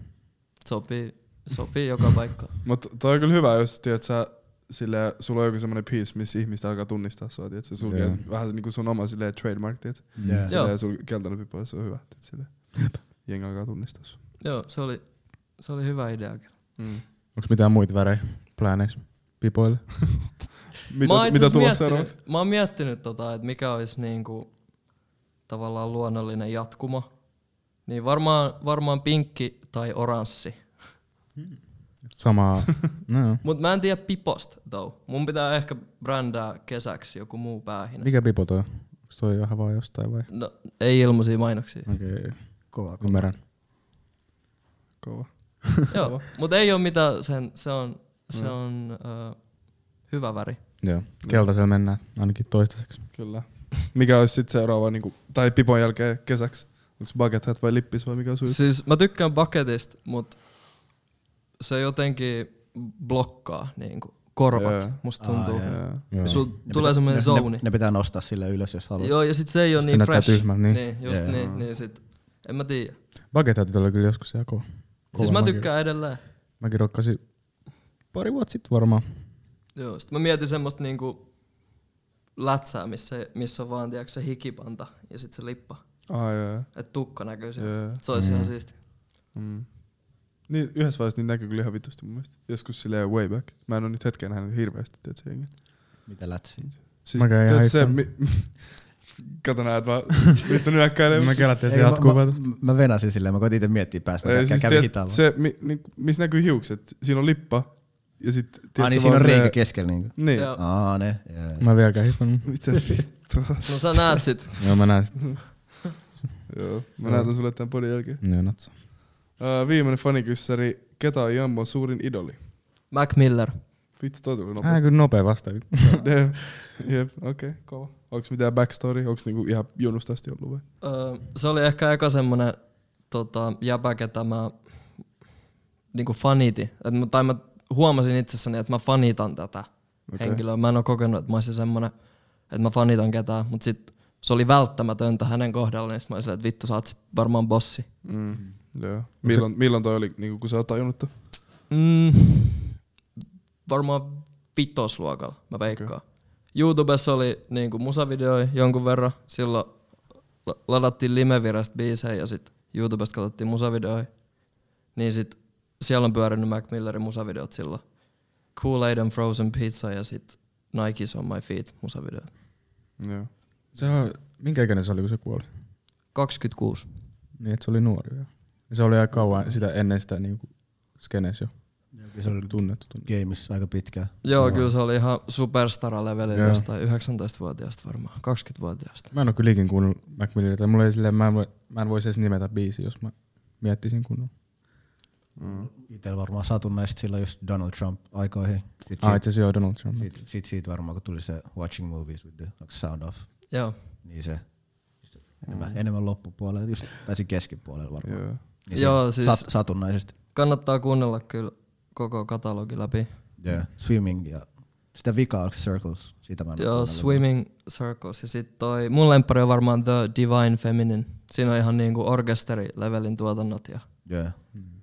Speaker 5: Sopii, sopii joka paikka.
Speaker 3: Mutta toi on kyllä hyvä, jos tiedät sä, sille, sulla on joku semmoinen piece, missä ihmistä alkaa tunnistaa sua, tiedät sä, sulkee
Speaker 2: Joo.
Speaker 3: vähän niinku sun oma silleen trademark, tiedät sä.
Speaker 2: Mm.
Speaker 4: Yeah.
Speaker 5: Joo.
Speaker 3: Silleen, sul keltainen pipo, se on hyvä, tiedät silleen. Jengi alkaa tunnistaa sua.
Speaker 5: Joo, se oli, se oli hyvä idea. kyllä.
Speaker 3: Mm.
Speaker 2: Onko mitään muita värejä plääneis pipoille?
Speaker 3: Mitä,
Speaker 5: mä oon itse
Speaker 3: mitä
Speaker 5: asiassa
Speaker 3: tulossa
Speaker 5: miettinyt-
Speaker 3: seuraavaksi?
Speaker 5: Mä oon miettinyt tota, että mikä olisi niinku, tavallaan luonnollinen jatkuma. Niin varmaan, varmaan pinkki tai oranssi.
Speaker 2: Samaa. No joo.
Speaker 5: Mut mä en tiedä piposta though. Mun pitää ehkä brändää kesäksi joku muu päähine.
Speaker 2: Mikä pipo toi on? Onko toi ihan vaan jostain vai?
Speaker 3: Niin-
Speaker 5: No, ei ilmaisia mainoksia.
Speaker 2: Okei, okay,
Speaker 4: Kova, kova.
Speaker 2: ymmärrän.
Speaker 3: Kova.
Speaker 5: Joo, mut ei ole mitään sen, se on,
Speaker 3: Mm.
Speaker 5: se on ö, hyvä väri.
Speaker 2: Joo, keltaisella mennään ainakin toistaiseksi.
Speaker 3: Kyllä. Mikä olisi sitten seuraava, niinku, tai pipon jälkeen kesäksi? Onko bucket hat vai lippis vai mikä on sun?
Speaker 5: Siis mä tykkään paketista, mut se jotenkin blokkaa niin kuin korvat,
Speaker 3: Joo.
Speaker 5: yeah. musta tuntuu.
Speaker 4: Aa,
Speaker 5: Yeah.
Speaker 3: Jaa.
Speaker 2: Joo.
Speaker 5: Sul tulee semmoinen
Speaker 4: Ne,
Speaker 5: zoni.
Speaker 4: ne pitää nostaa sille ylös, jos haluaa.
Speaker 5: Joo, ja sit se ei ole
Speaker 2: Se
Speaker 5: niin
Speaker 2: näyttää
Speaker 5: fresh.
Speaker 2: tyhmältä, niin.
Speaker 5: niin just
Speaker 4: Joo.
Speaker 5: niin, niin sit. En mä tiedä.
Speaker 2: Bagetätit oli kyllä joskus ihan kova.
Speaker 5: Siis
Speaker 2: kova.
Speaker 5: mä
Speaker 2: Mäkin-
Speaker 5: tykkään edelleen.
Speaker 2: Mäkin rokkasin pari vuotta sitten varmaan.
Speaker 5: Joo, sit mä mietin semmoista niinku lätsää, missä, missä on vaan tiiäks, se hikipanta ja sit se lippa.
Speaker 3: Ai, Ah, jaa, jaa.
Speaker 5: Et tukka näkyy sieltä.
Speaker 3: Jaa.
Speaker 5: Se olisi ihan siisti.
Speaker 3: Mm. Niin, yhdessä vaiheessa niitä näkyy kyllä ihan vitusti mun mielestä. Joskus silleen way back. Mä en ole nyt hetkeen nähnyt hirveästi, tiedät sä jengiä.
Speaker 4: Mitä lätsi?
Speaker 3: Siis,
Speaker 2: Mä käyn ihan
Speaker 3: tiedät se,
Speaker 2: hiffaan.
Speaker 3: mi- kato näet vaan, vittu nyökkäilee.
Speaker 2: Mä kelattiin, että se
Speaker 4: Ei, mä-
Speaker 2: jatkuu
Speaker 4: mä,
Speaker 2: vaan
Speaker 4: mä, mä venasin silleen, mä koitin itse miettiä päästä, mä
Speaker 3: Ei,
Speaker 4: kävin
Speaker 3: siis
Speaker 4: siis
Speaker 3: tiedät,
Speaker 4: hitaalla.
Speaker 3: se, mi, niin, missä näkyy hiukset, siinä on lippa. Ja sit, tiedät
Speaker 4: ah, niin
Speaker 3: sä
Speaker 4: siinä
Speaker 3: vaan
Speaker 4: on
Speaker 3: Mm.
Speaker 4: reikä
Speaker 3: silleen-
Speaker 4: keskellä niinku.
Speaker 3: Niin.
Speaker 5: Joo.
Speaker 4: Aa, ne. jee.
Speaker 2: Mä en vieläkään hiffannut.
Speaker 3: Mitä vittua?
Speaker 5: No sä näet sit.
Speaker 2: Joo, mä näin sit.
Speaker 3: Joo, mä näytän sulle tämän podin jälkeen.
Speaker 2: Joo, natsa.
Speaker 3: Öö, viimeinen fanikyssäri, ketä on Jammon suurin idoli?
Speaker 5: Mac Miller.
Speaker 3: Vittu, toi tuli
Speaker 2: Ää,
Speaker 3: nopeasti.
Speaker 2: kyllä nopea vasta.
Speaker 3: Damn. Jep, okei, okay, kova. Onks mitään backstory? Onks niinku ihan junusta asti ollut vai?
Speaker 5: Öö, se oli ehkä eka semmonen tota, jäbä, ketä mä niinku faniti. Et mä, tai mä huomasin itsessäni, että mä fanitan tätä okay. henkilöä. Mä en oo kokenut, että mä olisin semmonen, että mä fanitan ketään. Mut sit se oli välttämätöntä hänen kohdallaan, niin sit mä olin silleen, että vittu sä oot sit varmaan bossi.
Speaker 3: Mm. Joo. Milloin, milloin toi oli, niinku, kun sä oot tajunnut ton?
Speaker 5: Mm, varmaan vitosluokalla, mä veikkaan. Okay. YouTubessa oli niinku musavideoja jonkun verran. Silloin la- ladattiin limevirrasta biisejä ja sit YouTubesta katsottiin musavideoja. Niin sit siellä on pyörinyt Mac Millerin musavideot silloin. Cool Aid and Frozen Pizza ja sit Nike's on my feet musavideo.
Speaker 3: Joo.
Speaker 2: Se on, minkä ikäinen se oli, kun se kuoli?
Speaker 5: 26.
Speaker 2: Niin, että se oli nuori vielä. Ja se oli aika kauan sitä ennen sitä niin kuin skenes jo.
Speaker 4: Se oli
Speaker 2: Tunnettu. tunnettu.
Speaker 4: gameissa aika pitkään.
Speaker 5: Joo, kyllä se oli ihan superstara-levelillä
Speaker 2: Joo.
Speaker 5: jostain 19-vuotiaasta varmaan, 20-vuotiaasta.
Speaker 2: Mä en oo kyllä ikin kuunnellut Mac Milleriä, tai mulla ei silleen, mä en, voi, mä en voisi edes nimetä biisi, jos mä miettisin kunnolla.
Speaker 4: Itsellä varmaan satunnaisesti silloin just Donald Trump aikoihin. Sitten
Speaker 2: Ah,
Speaker 4: ah,
Speaker 2: itse asiassa joo, Donald Trump.
Speaker 4: sit, sit, siitä varmaan kun tuli se Watching Movies with the Sound Off,
Speaker 5: Joo.
Speaker 4: niin se just enemmän,
Speaker 5: Mm.
Speaker 4: enemmän loppupuolella, just pääsi keskipuolelle varmaan.
Speaker 3: Joo.
Speaker 4: Niin
Speaker 5: Joo,
Speaker 4: se
Speaker 5: siis-
Speaker 4: sat, satunnaisesti.
Speaker 5: Kannattaa kuunnella kyllä koko katalogi läpi.
Speaker 4: Yeah. Swimming ja sitä vikaa, oliko se Circles? Sitä mä en oo
Speaker 5: Joo,
Speaker 4: kuunnellut.
Speaker 5: Swimming Circles ja sit toi, mun lemppari on varmaan The Divine Feminine. Siinä on ihan niinku orkesterilevelin tuotannot ja
Speaker 4: Joo.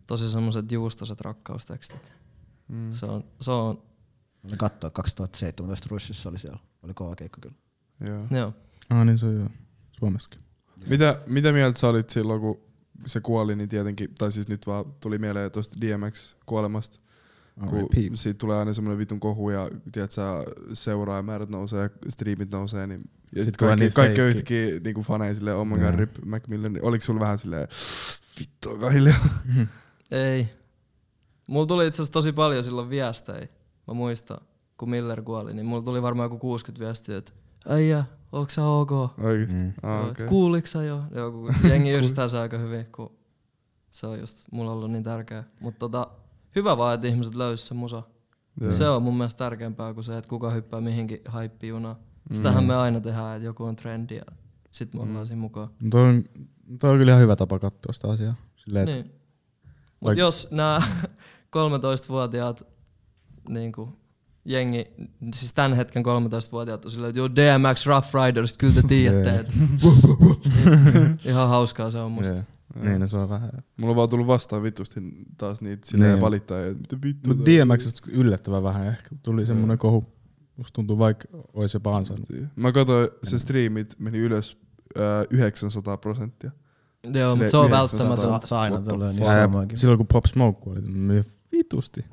Speaker 5: tosi semmoset juustoset rakkaustekstit. Mm. Se on, se on,
Speaker 4: Ne kattoo 2017 Ruississa oli siellä. Oli kova keikka kyllä.
Speaker 3: Joo.
Speaker 5: joo.
Speaker 2: Ah, niin se on joo. Suomessakin.
Speaker 3: Mitä, mitä mieltä sä olit silloin, kun se kuoli, niin tietenkin, tai siis nyt vaan tuli mieleen tuosta DMX-kuolemasta, kun
Speaker 2: Oh, R.I.P.
Speaker 3: siitä tulee aina semmoinen vitun kohu ja tiedät, sä, seuraajamäärät nousee ja striimit nousee, niin ja sit
Speaker 2: Sit tulee
Speaker 3: kaikki,
Speaker 2: niitä
Speaker 3: kaikki on
Speaker 2: feikki.
Speaker 3: yhtäkkiä niinku faneja silleen, oh my god,
Speaker 2: Joo.
Speaker 3: rip Macmillan, Niin oliko sulla vähän silleen, vittu, aika hiljaa.
Speaker 5: Ei. Mulla tuli itse asiassa tosi paljon silloin viestejä. Mä muistan, kun Miller kuoli, niin mulla tuli varmaan joku 60 viestiä, että äijä, ootko sä ok?
Speaker 3: Oikeesti?
Speaker 2: Mm.
Speaker 3: Ah,
Speaker 5: Joo, et
Speaker 3: okay.
Speaker 5: Kuuliks sä jo? Joo, kun jengi yhdistää se aika hyvin, kun se on just mulla ollut niin tärkeä. Mutta tota, hyvä vaan, että ihmiset löysivät se musa.
Speaker 3: Joo.
Speaker 5: Se on mun mielestä tärkeämpää kuin se, että kuka hyppää mihinkin haippijunaan.
Speaker 3: Mm.
Speaker 5: Sitähän me aina tehdään, että joku on trendi ja sit me ollaan siinä mukaan.
Speaker 2: No toi on, toi on kyllä ihan hyvä tapa katsoa sitä asiaa. Silleen, niin.
Speaker 5: Niin. Mut
Speaker 2: Vaik-
Speaker 5: jos nämä 13-vuotiaat niinku, jengi, siis tämän hetken 13-vuotiaat on silleen, että joo DMX Rough Riders, kyllä te tiedätte.
Speaker 2: Jee.
Speaker 5: et- Ihan hauskaa se on musta.
Speaker 2: Yeah. Niin, no se on vähän.
Speaker 3: Mulla on vaan tullut vastaan vittusti taas niitä silleen
Speaker 2: Niin.
Speaker 3: valittajia, että mitä vittu.
Speaker 2: Mutta
Speaker 3: tää-
Speaker 2: DMXstä yllättävän vähän ehkä. Tuli semmoinen kohu. Musta tuntuu vaikka olisi jopa ansainnut.
Speaker 3: Mä katsoin, se striimit meni ylös äh, 900 prosenttia.
Speaker 5: Joo,
Speaker 3: Silleen
Speaker 5: mutta se on
Speaker 3: 900.
Speaker 5: välttämätöntä.
Speaker 4: Saa, saa aina
Speaker 3: What the
Speaker 4: tulee niin
Speaker 2: Ja- ja
Speaker 4: samoinkin.
Speaker 2: Silloin kun Pop Smoke kuoli, niin vitusti.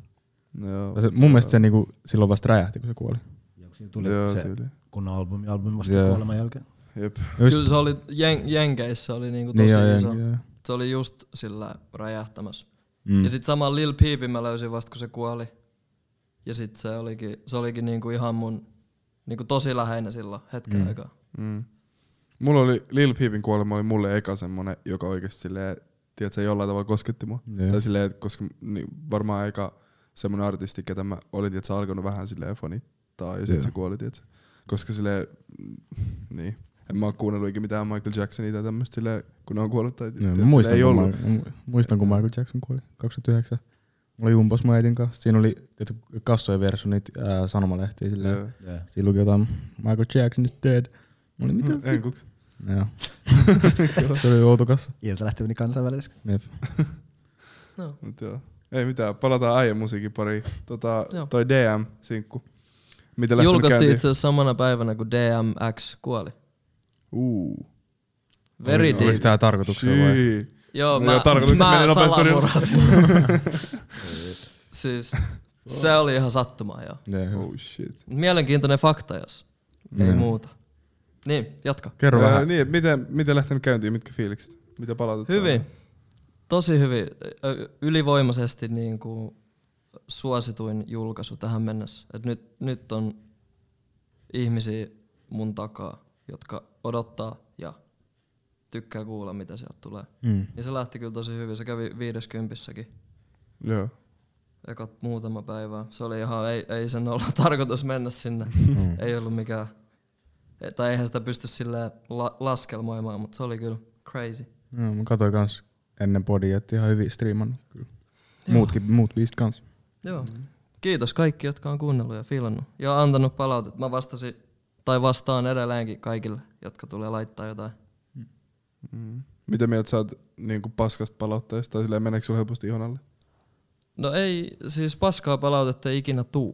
Speaker 3: Joo.
Speaker 2: Tai Se, mun mielestä se niinku, silloin vasta räjähti, kun se kuoli.
Speaker 4: Joku siinä Tuli
Speaker 3: Joo,
Speaker 4: se
Speaker 3: tyyli.
Speaker 4: kunnon albumi, albumi vasta
Speaker 2: Joo.
Speaker 4: kuoleman jälkeen.
Speaker 3: Jep.
Speaker 2: Just,
Speaker 5: Kyllä se oli jen, Jenkeissä oli niinku tosi
Speaker 2: niin joo,
Speaker 5: iso.
Speaker 2: jengi, joo.
Speaker 5: Se oli just sillä räjähtämässä.
Speaker 2: Mm.
Speaker 5: Ja sit saman Lil Peepin mä löysin vasta kun se kuoli. Ja sit se olikin, se olikin niinku ihan mun niinku tosi läheinen silloin hetken mm. aikaa.
Speaker 3: Mm. Mulla oli Lil Peepin kuolema oli mulle eka semmonen, joka oikeesti silleen, tiedätkö, jollain tavalla kosketti mua.
Speaker 2: Joo.
Speaker 3: Tai silleen, että koska niin, varmaan eka semmonen artisti, ketä mä olin, tiedätkö, alkanut vähän silleen fanittaa ja sit
Speaker 2: Joo.
Speaker 3: se kuoli, tiedätkö. Koska silleen, mm, niin. En mä oo kuunnellut ikinä mitään Michael Jacksonia tai tämmöstä silleen, kun ne on kuollut tai
Speaker 2: No,
Speaker 3: tiedätkö,
Speaker 2: mä
Speaker 3: silleen
Speaker 2: muistan,
Speaker 3: ei
Speaker 2: kun
Speaker 3: ollut.
Speaker 2: mä, mä muistan, kun Michael Jackson kuoli 29. Mä olin jumpos mun äitin kanssa. Siinä oli tiedätkö, kassojen versu niitä ää, sanomalehtiä. Silleen.
Speaker 3: Joo.
Speaker 4: Yeah.
Speaker 2: Siinä luki jotain Michael Jackson is dead. Mä olin, mitä?
Speaker 3: En kuks.
Speaker 5: Mm-hmm.
Speaker 2: Mm. Joo. se oli outo kassa.
Speaker 4: Ilta lähti meni kansainväliseksi.
Speaker 2: Jep.
Speaker 3: Mut joo. Ei mitään, palataan aiemmin musiikin pariin. Tota,
Speaker 5: Joo.
Speaker 3: toi DM-sinkku. Mitä lähtenyt
Speaker 5: Julkaistiin
Speaker 3: käyntiin?
Speaker 5: itse asiassa samana päivänä kun DMX kuoli.
Speaker 3: Uu.
Speaker 5: Very
Speaker 2: Niin, Oliko
Speaker 5: deep.
Speaker 2: tää tarkoituksella vai?
Speaker 3: Shii.
Speaker 5: Joo,
Speaker 3: No joo,
Speaker 5: mä,
Speaker 3: tarkoituksella
Speaker 5: mä
Speaker 3: meni nopeasti ohi.
Speaker 5: salamurasin. siis se oli ihan sattumaa joo.
Speaker 2: Jee, hyvä.
Speaker 3: Oh shit.
Speaker 5: Mielenkiintoinen fakta jos. Ei
Speaker 2: Joo.
Speaker 5: muuta. Niin, jatka.
Speaker 2: Kerro
Speaker 3: Ää,
Speaker 2: vähän.
Speaker 3: Niin, et miten, miten lähtenyt käyntiin, mitkä fiilikset? Mitä palautet?
Speaker 5: Hyvin. Tosi hyvin. Ö, Ylivoimaisesti niin kuin suosituin julkaisu tähän mennessä. Et nyt, nyt on ihmisiä mun takaa, jotka odottaa ja tykkää kuulla, mitä sieltä tulee.
Speaker 2: Mm.
Speaker 5: Niin se lähti kyllä tosi hyvin. Se kävi 50
Speaker 3: Joo.
Speaker 5: ekat muutama päivää. Se oli ihan, ei, ei sen ollut tarkoitus mennä sinne.
Speaker 2: mm.
Speaker 5: ei ollut mikään, tai eihän sitä pysty silleen la, laskelmoimaan, mutta se oli kyllä crazy.
Speaker 2: Joo, mä katsoin kans ennen podia, että ihan hyvin striimannut kyllä. Muutkin, muut biisit kans.
Speaker 5: Joo.
Speaker 3: Mm.
Speaker 5: Kiitos kaikki, jotka on kuunnellut ja filannut ja antanut palautetta. Mä vastasin, tai vastaan edelleenkin kaikille, jotka tulee laittaa jotain.
Speaker 3: Mm. Mitä mieltä sä oot niinku paskasta palautteesta? Tai silleen, meneekö sulla helposti ihon alle?
Speaker 5: No ei, siis paskaa palautetta ei ikinä tuu.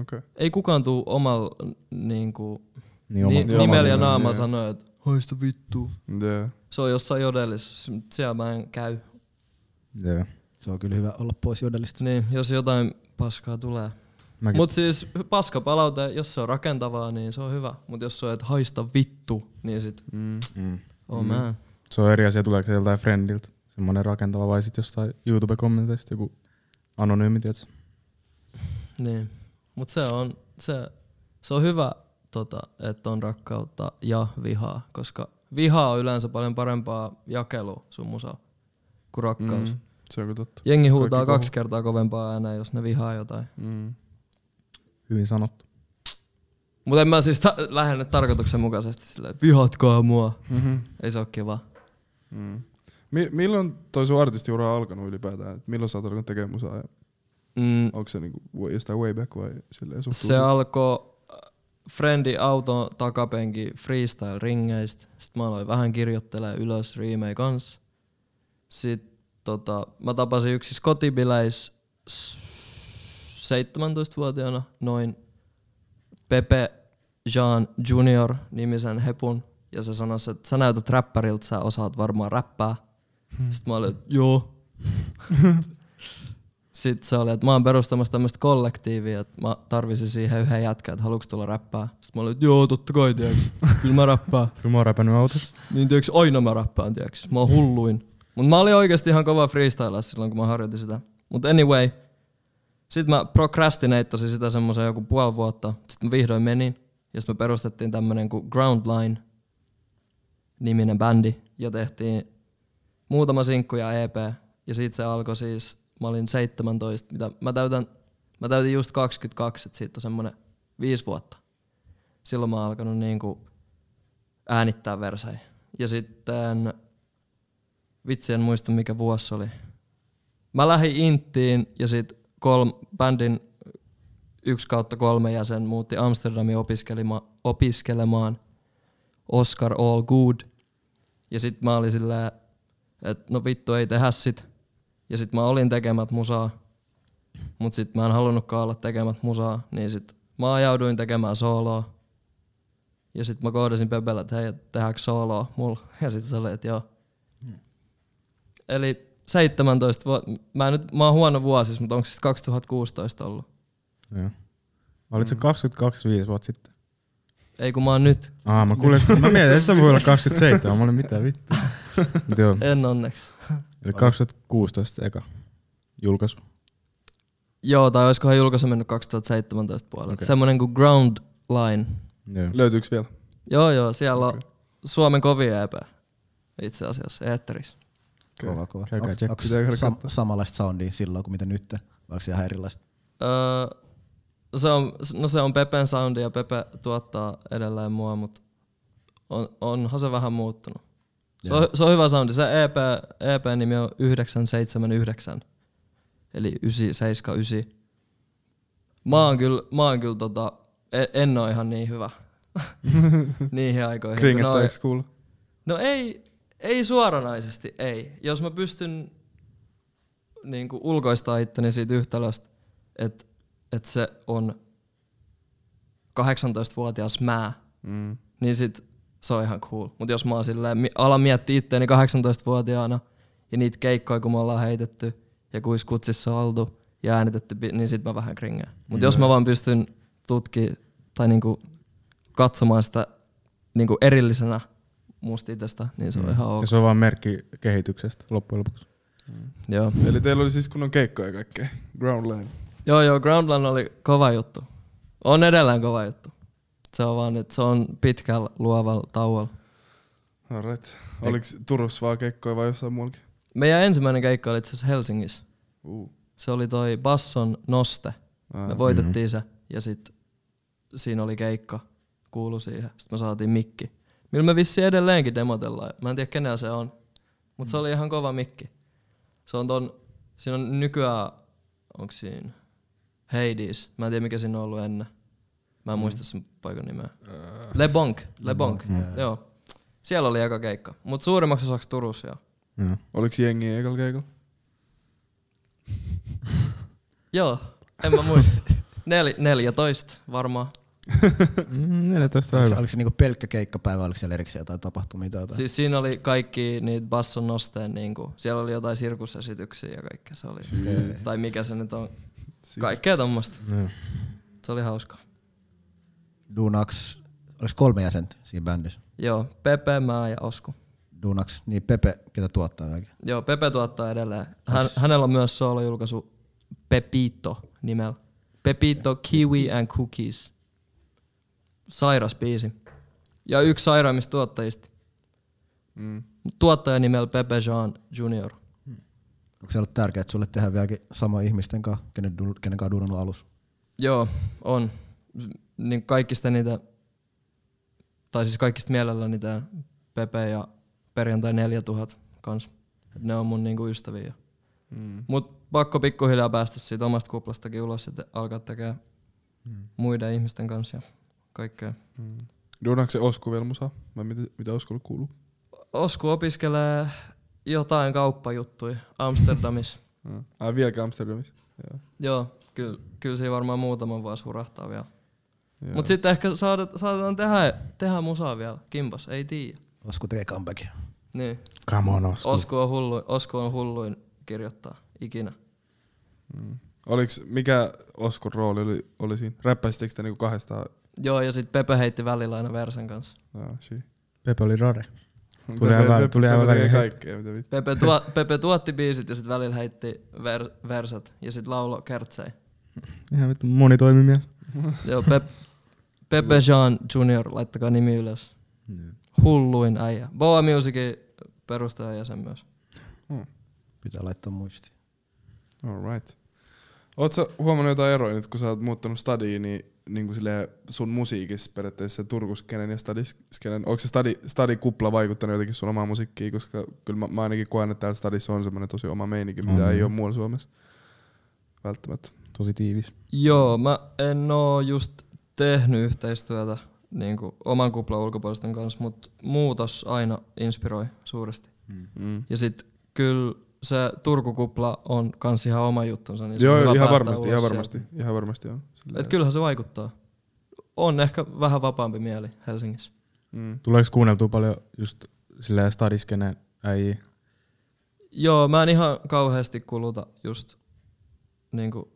Speaker 3: Okei. Okay.
Speaker 5: Ei kukaan tuu omalla niinku,
Speaker 2: Niin oma.
Speaker 5: ni,
Speaker 2: Niin,
Speaker 3: omalla
Speaker 5: nimellä ja
Speaker 3: nimellä,
Speaker 5: naamalla
Speaker 3: joo.
Speaker 5: sanoa, että haista vittu.
Speaker 3: Yeah.
Speaker 5: Se on jossain jodellis, siellä mä en käy.
Speaker 2: Joo.
Speaker 4: Se on kyllä hyvä olla pois jodellista.
Speaker 5: Niin, jos jotain paskaa tulee.
Speaker 2: Mäkin.
Speaker 5: Mut siis paska palaute, jos se on rakentavaa, niin se on hyvä. Mut jos se on, että haista vittu, niin sit,
Speaker 3: Mm.
Speaker 5: oh man.
Speaker 2: Se on eri asia, tuleeko se joltain friendiltä, semmoinen rakentava, vai sitten jostain YouTube-kommenteista joku anonyymi, tiedätkö?
Speaker 5: Niin. Mut se on, se, se on hyvä, tota, että on rakkautta ja vihaa, koska viha on yleensä paljon parempaa jakelua sun musalla kuin rakkaus. Mm.
Speaker 3: Se on kyllä totta.
Speaker 5: Jengi huutaa
Speaker 3: Kaikki puhuu.
Speaker 5: kaksi kertaa kovempaa ääneen, jos ne vihaa jotain.
Speaker 3: Mm.
Speaker 2: Hyvin sanottu.
Speaker 5: Mutta en mä siis ta- lähde nyt tarkoituksenmukaisesti silleen, että vihatkaa mua.
Speaker 3: Mm-hmm.
Speaker 5: Ei se oo kiva.
Speaker 3: Mm. Mi- milloin toi sun artistiura on alkanut ylipäätään? Et milloin sä oot alkanut tekemään musaa? Ja
Speaker 5: Mm,
Speaker 3: onko se niinku wa- jostain way back vai silleen suht
Speaker 5: se alkoi äh, Frendi auton takapenki freestyle ringeistä. Sitten mä aloin vähän kirjoittelee ylös riimejä kanssa. Sitten tota, mä tapasin yksissä kotibileissä s- 17-vuotiaana noin Pepe Jean Junior nimisen hepun. Ja se sanoi, että sä näytät räppäriltä, sä osaat varmaan räppää. Sitten mä olin, että joo. Sitten se oli, että mä oon perustamassa tämmöistä kollektiivia, että mä tarvisin siihen yhden jätkän, että haluuks tulla räppää. Sitten mä olin, että joo, totta kai, tiiäks. Kyllä mä räppään.
Speaker 2: Kyllä mä oon räpännyt autossa.
Speaker 5: Niin tiiäks, aina mä räppään, tiiäks. Mä oon hulluin. Mut mä olin oikeesti ihan kova freestylaa silloin, kun mä harjoitin sitä. Mut anyway, sit mä procrastineittasin sitä semmoisen joku puoli vuotta. Sitten mä vihdoin menin. Ja sit me perustettiin tämmönen kuin Groundline niminen bändi. Ja tehtiin muutama sinkku ja EP. Ja siitä se alkoi siis, mä olin 17, mitä mä täytän, mä täytin just 22, että siitä on semmonen viisi vuotta. Silloin mä oon alkanut niinku äänittää versejä. Ja sitten, vitsi en muista mikä vuosi se oli. Mä lähdin Inttiin ja sit kolm, bändin yksi kautta kolme jäsen muutti Amsterdamiin opiskelema, opiskelemaan Oscar All Good. Ja sit mä olin silleen, että no vittu ei tehdä sit. Ja sit mä olin tekemät musaa, mut sit mä en halunnutkaan olla tekemät musaa, niin sit mä ajauduin tekemään sooloa. Ja sit mä koodasin Pebellä, että hei, et tehdäänkö sooloa mulla? Ja sit se oli, että joo. Eli 17 vuotta, mä, en nyt, mä oon huono vuosi, mutta onko siis 2016 ollut?
Speaker 2: Joo. Olit
Speaker 5: Mm.
Speaker 2: se 22 vuotta sitten?
Speaker 5: Ei kun mä oon nyt,
Speaker 2: Aa, mä kuulin, että mä mietin, että se voi olla 27. Mä olin mitä vittu. Mut joo,
Speaker 5: en onneksi.
Speaker 2: eli 2016 eka julkaisu.
Speaker 5: Joo, tai olisikohan julkaisu mennyt 2017 puolella. Okay. Semmonen kuin Ground Line.
Speaker 2: Joo.
Speaker 3: Löytyykö vielä?
Speaker 5: Joo, joo, siellä on Suomen kovin EP. Itse asiassa, Eetteris.
Speaker 4: Kova, kova.
Speaker 2: Käykää
Speaker 4: Onks-
Speaker 2: check.
Speaker 4: onks
Speaker 3: Pitää käydä
Speaker 4: sam-
Speaker 3: katsoa.
Speaker 4: samanlaista soundia silloin kuin mitä nyt? Vai onko se ihan erilaista?
Speaker 5: Öö, se on, no se on Pepen soundi ja Pepe tuottaa edelleen mua, mutta on, onhan se vähän muuttunut. Se on, se on hyvä soundi. Se E EP, EP-nimi on 979, eli 979. Mä oon kyllä, mä oon kyllä tota, en, en oo ihan niin hyvä niihin aikoihin. kun ne oli-
Speaker 3: Kringettääks kuulla?
Speaker 5: No ei, ei suoranaisesti, ei. Jos mä pystyn niin kuin ulkoistaa itteni siitä yhtälöstä, että et se on 18-vuotias mä,
Speaker 3: Mm.
Speaker 5: niin sit se on ihan cool. Mutta jos mä oon silleen, mi- alan miettiä itteeni 18-vuotiaana ja niitä keikkoja, kun me ollaan heitetty ja kuis kutsissa oltu ja äänitetty, bi- niin sit mä vähän kringään. Mutta jos mä vaan pystyn tutki tai niinku katsomaan sitä niinku erillisenä musta itsestä, niin se on ihan ok.
Speaker 2: Mm. Ja se on vaan merkki kehityksestä loppujen lopuksi.
Speaker 5: Joo.
Speaker 3: Eli teillä oli siis kunnon keikkoja ja kaikkea. Groundline.
Speaker 5: Joo, joo, Groundland oli kova juttu. On edelleen kova juttu. Se on vaan nyt, se on pitkällä luovalla tauolla.
Speaker 3: Alright. Oliks Turussa vaan keikkoja vai jossain muuallakin?
Speaker 5: Meidän ensimmäinen keikka oli itse asiassa Helsingissä.
Speaker 3: Uh.
Speaker 5: Se oli toi Basson noste. Me
Speaker 3: Ah.
Speaker 5: voitettiin se ja sit siinä oli keikka. Kuulu siihen. Sitten me saatiin mikki. Millä me vissiin edelleenkin demotellaan. Mä en tiedä kenellä se on. Mutta se oli ihan kova mikki. Se on ton, siinä on nykyään, onko siinä Hades. Mä en tiedä mikä siinä on ollut ennen. Mä en muista sen paikan nimeä. Le Bonk. Äh. Le Bonk. Joo. Siellä oli eka keikka. Mut suurimmaksi osaksi Turussa joo.
Speaker 2: Joo.
Speaker 3: Oliks jengi ekalla keikalla?
Speaker 5: Joo, en mä muista. Nel, 14 varmaan.
Speaker 2: Mm, 14 on
Speaker 4: Oliko, se-
Speaker 2: hyvä.
Speaker 4: oliko se niinku pelkkä keikkapäivä, oliko siellä erikseen jotain tapahtumia tai jotain?
Speaker 5: Siis siinä oli kaikki niitä basson nosteen, niinku, siellä oli jotain sirkusesityksiä ja kaikkea se oli. Tai mikä se nyt on. Kaikkea tommosta.
Speaker 2: Joo.
Speaker 5: Se oli hauskaa.
Speaker 4: Duunaks, oliko kolme jäsentä siinä bändissä?
Speaker 5: Joo, Pepe, mä ja Osku.
Speaker 4: duunaksi, niin Pepe, ketä tuottaa kaikki.
Speaker 5: Joo, Pepe tuottaa edelleen. Hän, hänellä on myös soolojulkaisu Pepito nimellä. Pepito Kiwi and Cookies. Sairas biisi. Ja yksi sairaimmista tuottajista.
Speaker 3: Mm.
Speaker 5: Tuottaja nimellä Pepe Jean Junior.
Speaker 4: Onko se ollut tärkeää, että sulle tehdään vieläkin sama ihmisten kanssa, kenen, du- kenen kanssa duunannut alussa?
Speaker 5: Joo, on. S- Niin kaikista niitä, tai siis kaikista mielelläni tää Pepe ja Perjantai 4000 kans. Et ne on mun niinku ystäviä.
Speaker 3: Mm.
Speaker 5: Mut pakko pikkuhiljaa päästä siitä omasta kuplastakin ulos ja te- alkaa tekemään mm. muiden ihmisten kanssa ja kaikkea.
Speaker 3: Mm. Duunaako se Osku vielä musaa? Vai mitä, mitä Oskulle kuuluu?
Speaker 5: Osku opiskelee jotain kauppajuttuja Amsterdamissa.
Speaker 3: Ah, ah vieläkin Amsterdamissa. Joo.
Speaker 5: Joo, kyllä kyl siinä varmaan muutaman vuosi hurahtaa vielä.
Speaker 3: Joo.
Speaker 5: Mut sitten ehkä saadet, saatetaan tehdä, tehdä musaa vielä. Kimpas, ei tiedä.
Speaker 4: Osku tekee comebackia.
Speaker 5: Niin.
Speaker 2: Come on, Osku.
Speaker 5: Osku on, hulluin, Osku on hulluin kirjoittaa ikinä.
Speaker 3: Oliks, mikä Oskun rooli oli, oli siinä? Räppäsittekö te niinku kahdestaan?
Speaker 5: Joo, ja sitten Pepe heitti välillä aina versen kanssa.
Speaker 3: Ah, she.
Speaker 2: Pepe oli rare.
Speaker 3: Tuli
Speaker 2: aivan- tuli aivan välillä heti.
Speaker 3: kaikkea, mitä vittu.
Speaker 5: Pepe, tuo, Pepe tuotti biisit ja sitten välillä heitti ver, versat ja sitten laulo kertsei.
Speaker 2: Ihan vittu monitoimimia.
Speaker 5: Joo, Pep, Pepe Jean Junior, laittakaa nimi ylös. Hulluin äijä. Boa Musicin perustaja jäsen myös.
Speaker 4: Pitää laittaa muistiin.
Speaker 3: Alright. Oot sä huomannut jotain eroja nyt, kun sä oot muuttanut stadiin, niin, niin kuin silleen sun musiikissa periaatteessa Turkuskenen ja stadiskenen, onko se stadi, stadikupla vaikuttanut jotenkin sun omaa musiikkiin, koska kyllä mä, mä ainakin koen, että täällä stadissa on semmoinen tosi oma meininki, mitä
Speaker 2: On.
Speaker 3: ei ole muualla Suomessa välttämättä.
Speaker 2: Tosi tiivis.
Speaker 5: Joo, mä en oo just tehnyt yhteistyötä niin oman kuplan ulkopuolisten kanssa, mutta muutos aina inspiroi suuresti.
Speaker 3: Mm.
Speaker 5: Ja sit kyllä se Turkukupla on kans ihan oma juttunsa. Niin se on
Speaker 3: Joo,
Speaker 5: hyvä
Speaker 3: joo, ihan
Speaker 5: päästä
Speaker 3: varmasti,
Speaker 5: ulos
Speaker 3: ihan
Speaker 5: sieltä.
Speaker 3: varmasti, ihan varmasti on.
Speaker 5: Et kyllähän se vaikuttaa. On ehkä vähän vapaampi mieli Helsingissä.
Speaker 3: Mm.
Speaker 2: Tuleeko kuunneltua paljon just silleen stadiskenen äijä?
Speaker 5: Joo, mä en ihan kauheasti kuluta just niinku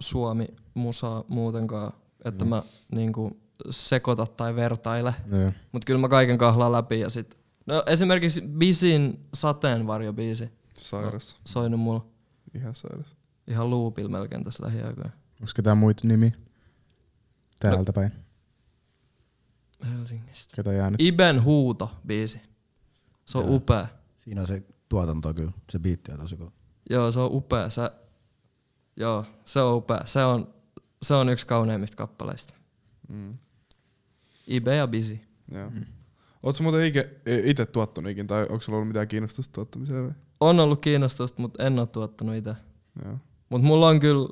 Speaker 5: suomi-musaa muutenkaan, että
Speaker 3: Mm.
Speaker 5: mä niinku sekoita tai vertaile.
Speaker 2: Joo.
Speaker 5: Mut kyllä mä kaiken kahlaan läpi ja sit... No esimerkiksi Bisin sateenvarjobiisi
Speaker 3: Sairas,
Speaker 5: soinut mulla No.
Speaker 3: ihan sairas.
Speaker 5: ihan loopilla melkein tässä lähiaikoina.
Speaker 2: Onko ketään muita nimi? Täältä päin.
Speaker 5: Helsingistä.
Speaker 2: Ketä jäänyt?
Speaker 5: Iben huuto biisi. Se on
Speaker 4: Joo.
Speaker 5: upea.
Speaker 4: Siinä on se tuotanto kyllä, se biitti on tosi kova.
Speaker 5: Joo, se on upea. Se, joo, se on upea. Se on, se on yksi kauneimmista kappaleista.
Speaker 3: Mm.
Speaker 5: Ibe ja Bisi.
Speaker 3: Joo. Mm. Oletko muuten itse tuottanut ikinä, tai onko sulla ollut mitään kiinnostusta tuottamiseen? vai?
Speaker 5: On ollut kiinnostusta, mutta en ole tuottanut itse.
Speaker 3: Joo.
Speaker 5: Mutta mulla on kyllä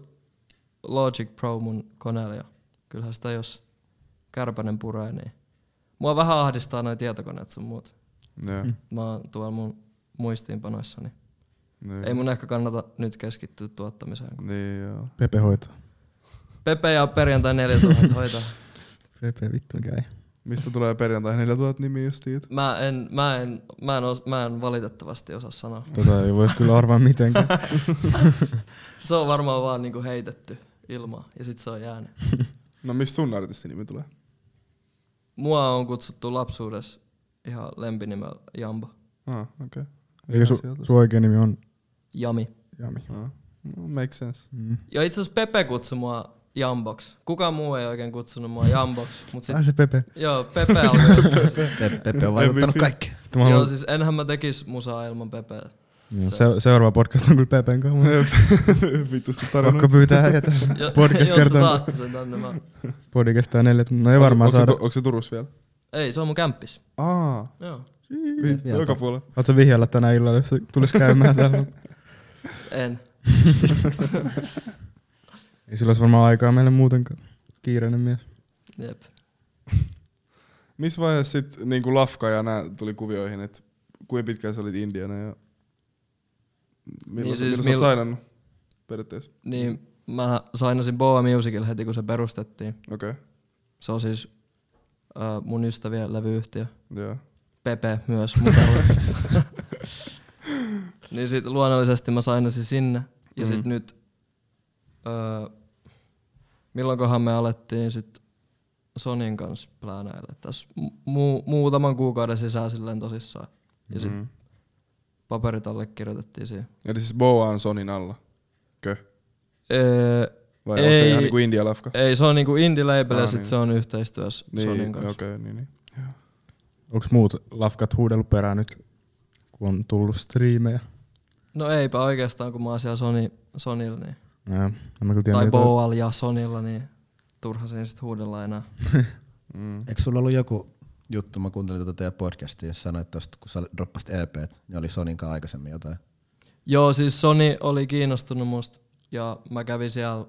Speaker 5: Logic Pro mun koneella. ja Kyllähän sitä jos kärpänen puree, niin mua vähän ahdistaa noin tietokoneet sun muut.
Speaker 3: Joo.
Speaker 5: Mä oon tuolla mun muistiinpanoissani.
Speaker 3: Niin.
Speaker 5: Ei mun ehkä kannata nyt keskittyä tuottamiseen.
Speaker 3: Niin joo.
Speaker 2: Pepe hoitaa.
Speaker 5: Pepe ja perjantai 4000 hoitaa.
Speaker 2: Pepe vittu mikä ei.
Speaker 3: Mistä tulee perjantai 4000 nimiä just siitä?
Speaker 5: Mä en, mä en, mä en, os, mä en valitettavasti osaa sanoa.
Speaker 2: Tota ei voisi kyllä arvaa mitenkään.
Speaker 5: Se on varmaan vaan niinku heitetty ilmaa ja sit se on jäänyt.
Speaker 3: No mistä sun artistin nimi tulee?
Speaker 5: Mua on kutsuttu lapsuudessa ihan lempinimellä Jamba.
Speaker 3: Ah, okei. Okay.
Speaker 2: Eikä su, sun oikea nimi on
Speaker 5: Jami.
Speaker 2: Jami.
Speaker 3: Ah. No, make sense.
Speaker 2: Mm.
Speaker 5: Ja itse asiassa Pepe kutsui mua Jamboks. Kukaan muu ei oikein kutsunut mua Jamboks. Mut sit,
Speaker 2: Ai se Pepe.
Speaker 5: joo, Pepe alkoi.
Speaker 4: Pe- Pepe on vaikuttanut
Speaker 3: Pepe.
Speaker 4: kaikki.
Speaker 2: Vittu, mä haluan-
Speaker 5: joo, siis enhän mä tekis musaa ilman Pepeä.
Speaker 2: Joo, se, seuraava podcast on kyllä Pepen kanssa.
Speaker 3: Vitusti
Speaker 2: Pakko
Speaker 3: tarina.
Speaker 2: pyytää heitä.
Speaker 5: Jo-
Speaker 2: Podcast
Speaker 5: jos te
Speaker 2: kertaa.
Speaker 5: saatte sen tänne. Mä...
Speaker 2: Podi kestää neljä tuntia. No ei varmaan
Speaker 3: onko
Speaker 2: saada.
Speaker 3: Se, tu- onko se Turus vielä?
Speaker 5: Ei, se on mun kämppis.
Speaker 3: Aa,
Speaker 5: Joo.
Speaker 3: vittu,
Speaker 4: Vielä
Speaker 3: joka puolella.
Speaker 2: Oletko vihjalla tänä illalla, jos se tulisi käymään täällä?
Speaker 5: En.
Speaker 2: Ei sillä olisi varmaan aikaa meille muutenkaan. Kiireinen mies.
Speaker 5: Jep.
Speaker 3: Missä vaiheessa sit niinku Lafka ja nää tuli kuvioihin, että kuinka pitkään sä olit Indiana ja milloin,
Speaker 5: Niin
Speaker 3: niin
Speaker 5: siis
Speaker 3: siis, milloin
Speaker 5: mill-
Speaker 3: sä oot signannut periaatteessa?
Speaker 5: Niin mä sainasin Boa Musicilla heti kun se perustettiin.
Speaker 3: Okei,
Speaker 5: Se on siis äh, mun ystävien levyyhtiö.
Speaker 3: joo.
Speaker 5: Pepe myös mukana. niin sit luonnollisesti mä sainasin sinne. Ja sit
Speaker 3: Mm.
Speaker 5: nyt, öö, milloinkohan me alettiin sit Sonin kanssa plääneillä. Tässä mu- muutaman kuukauden sisään silleen tosissaan. Ja sit
Speaker 3: Mm.
Speaker 5: paperit allekirjoitettiin siihen.
Speaker 3: Eli siis Boa on Sonin alla. Kö?
Speaker 5: Öö,
Speaker 3: Vai onko se
Speaker 5: Ei.
Speaker 3: ihan niinku India-lafka?
Speaker 5: ei, se on niinku indie-label ja
Speaker 3: Ah,
Speaker 5: sit
Speaker 3: niin.
Speaker 5: se on yhteistyössä niin, Sonin
Speaker 3: Niin, okei,
Speaker 5: kanssa.
Speaker 3: okay, niin, niin. Joo.
Speaker 2: Onko muut lafkat huudellut perään nyt, kun on tullut striimejä?
Speaker 5: No eipä oikeastaan, kun mä oon siellä Sony, Sonilla, niin,
Speaker 2: No, en mä kyllä tiedä,
Speaker 5: tai
Speaker 2: mitä-
Speaker 5: Boal ja Sonilla, niin turha siinä sit huudella enää.
Speaker 3: Mm.
Speaker 4: Eikö sulla ollut joku juttu, mä kuuntelin tätä teidän podcastia, jossa sanoit tosta, kun sä droppasit EP, niin oli Sonin kanssa aikaisemmin jotain.
Speaker 5: Joo, siis Sony oli kiinnostunut musta ja mä kävin siellä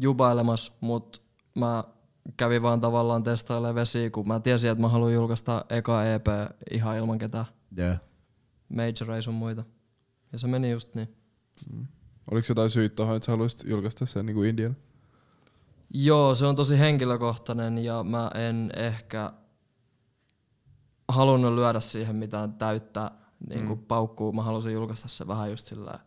Speaker 5: jubailemassa, mut mä kävin vaan tavallaan testailemaan vesiä, kun mä tiesin, että mä haluan julkaista eka EP ihan ilman ketään.
Speaker 4: Yeah.
Speaker 5: Major ei sun muita. Ja se meni just niin.
Speaker 3: Oliko jotain syyt tuohon, että sä haluaisit julkaista sen niinku Indian?
Speaker 5: Joo, se on tosi henkilökohtainen ja mä en ehkä halunnut lyödä siihen mitään täyttä niin kuin paukkuu. Mä halusin julkaista se vähän just sillä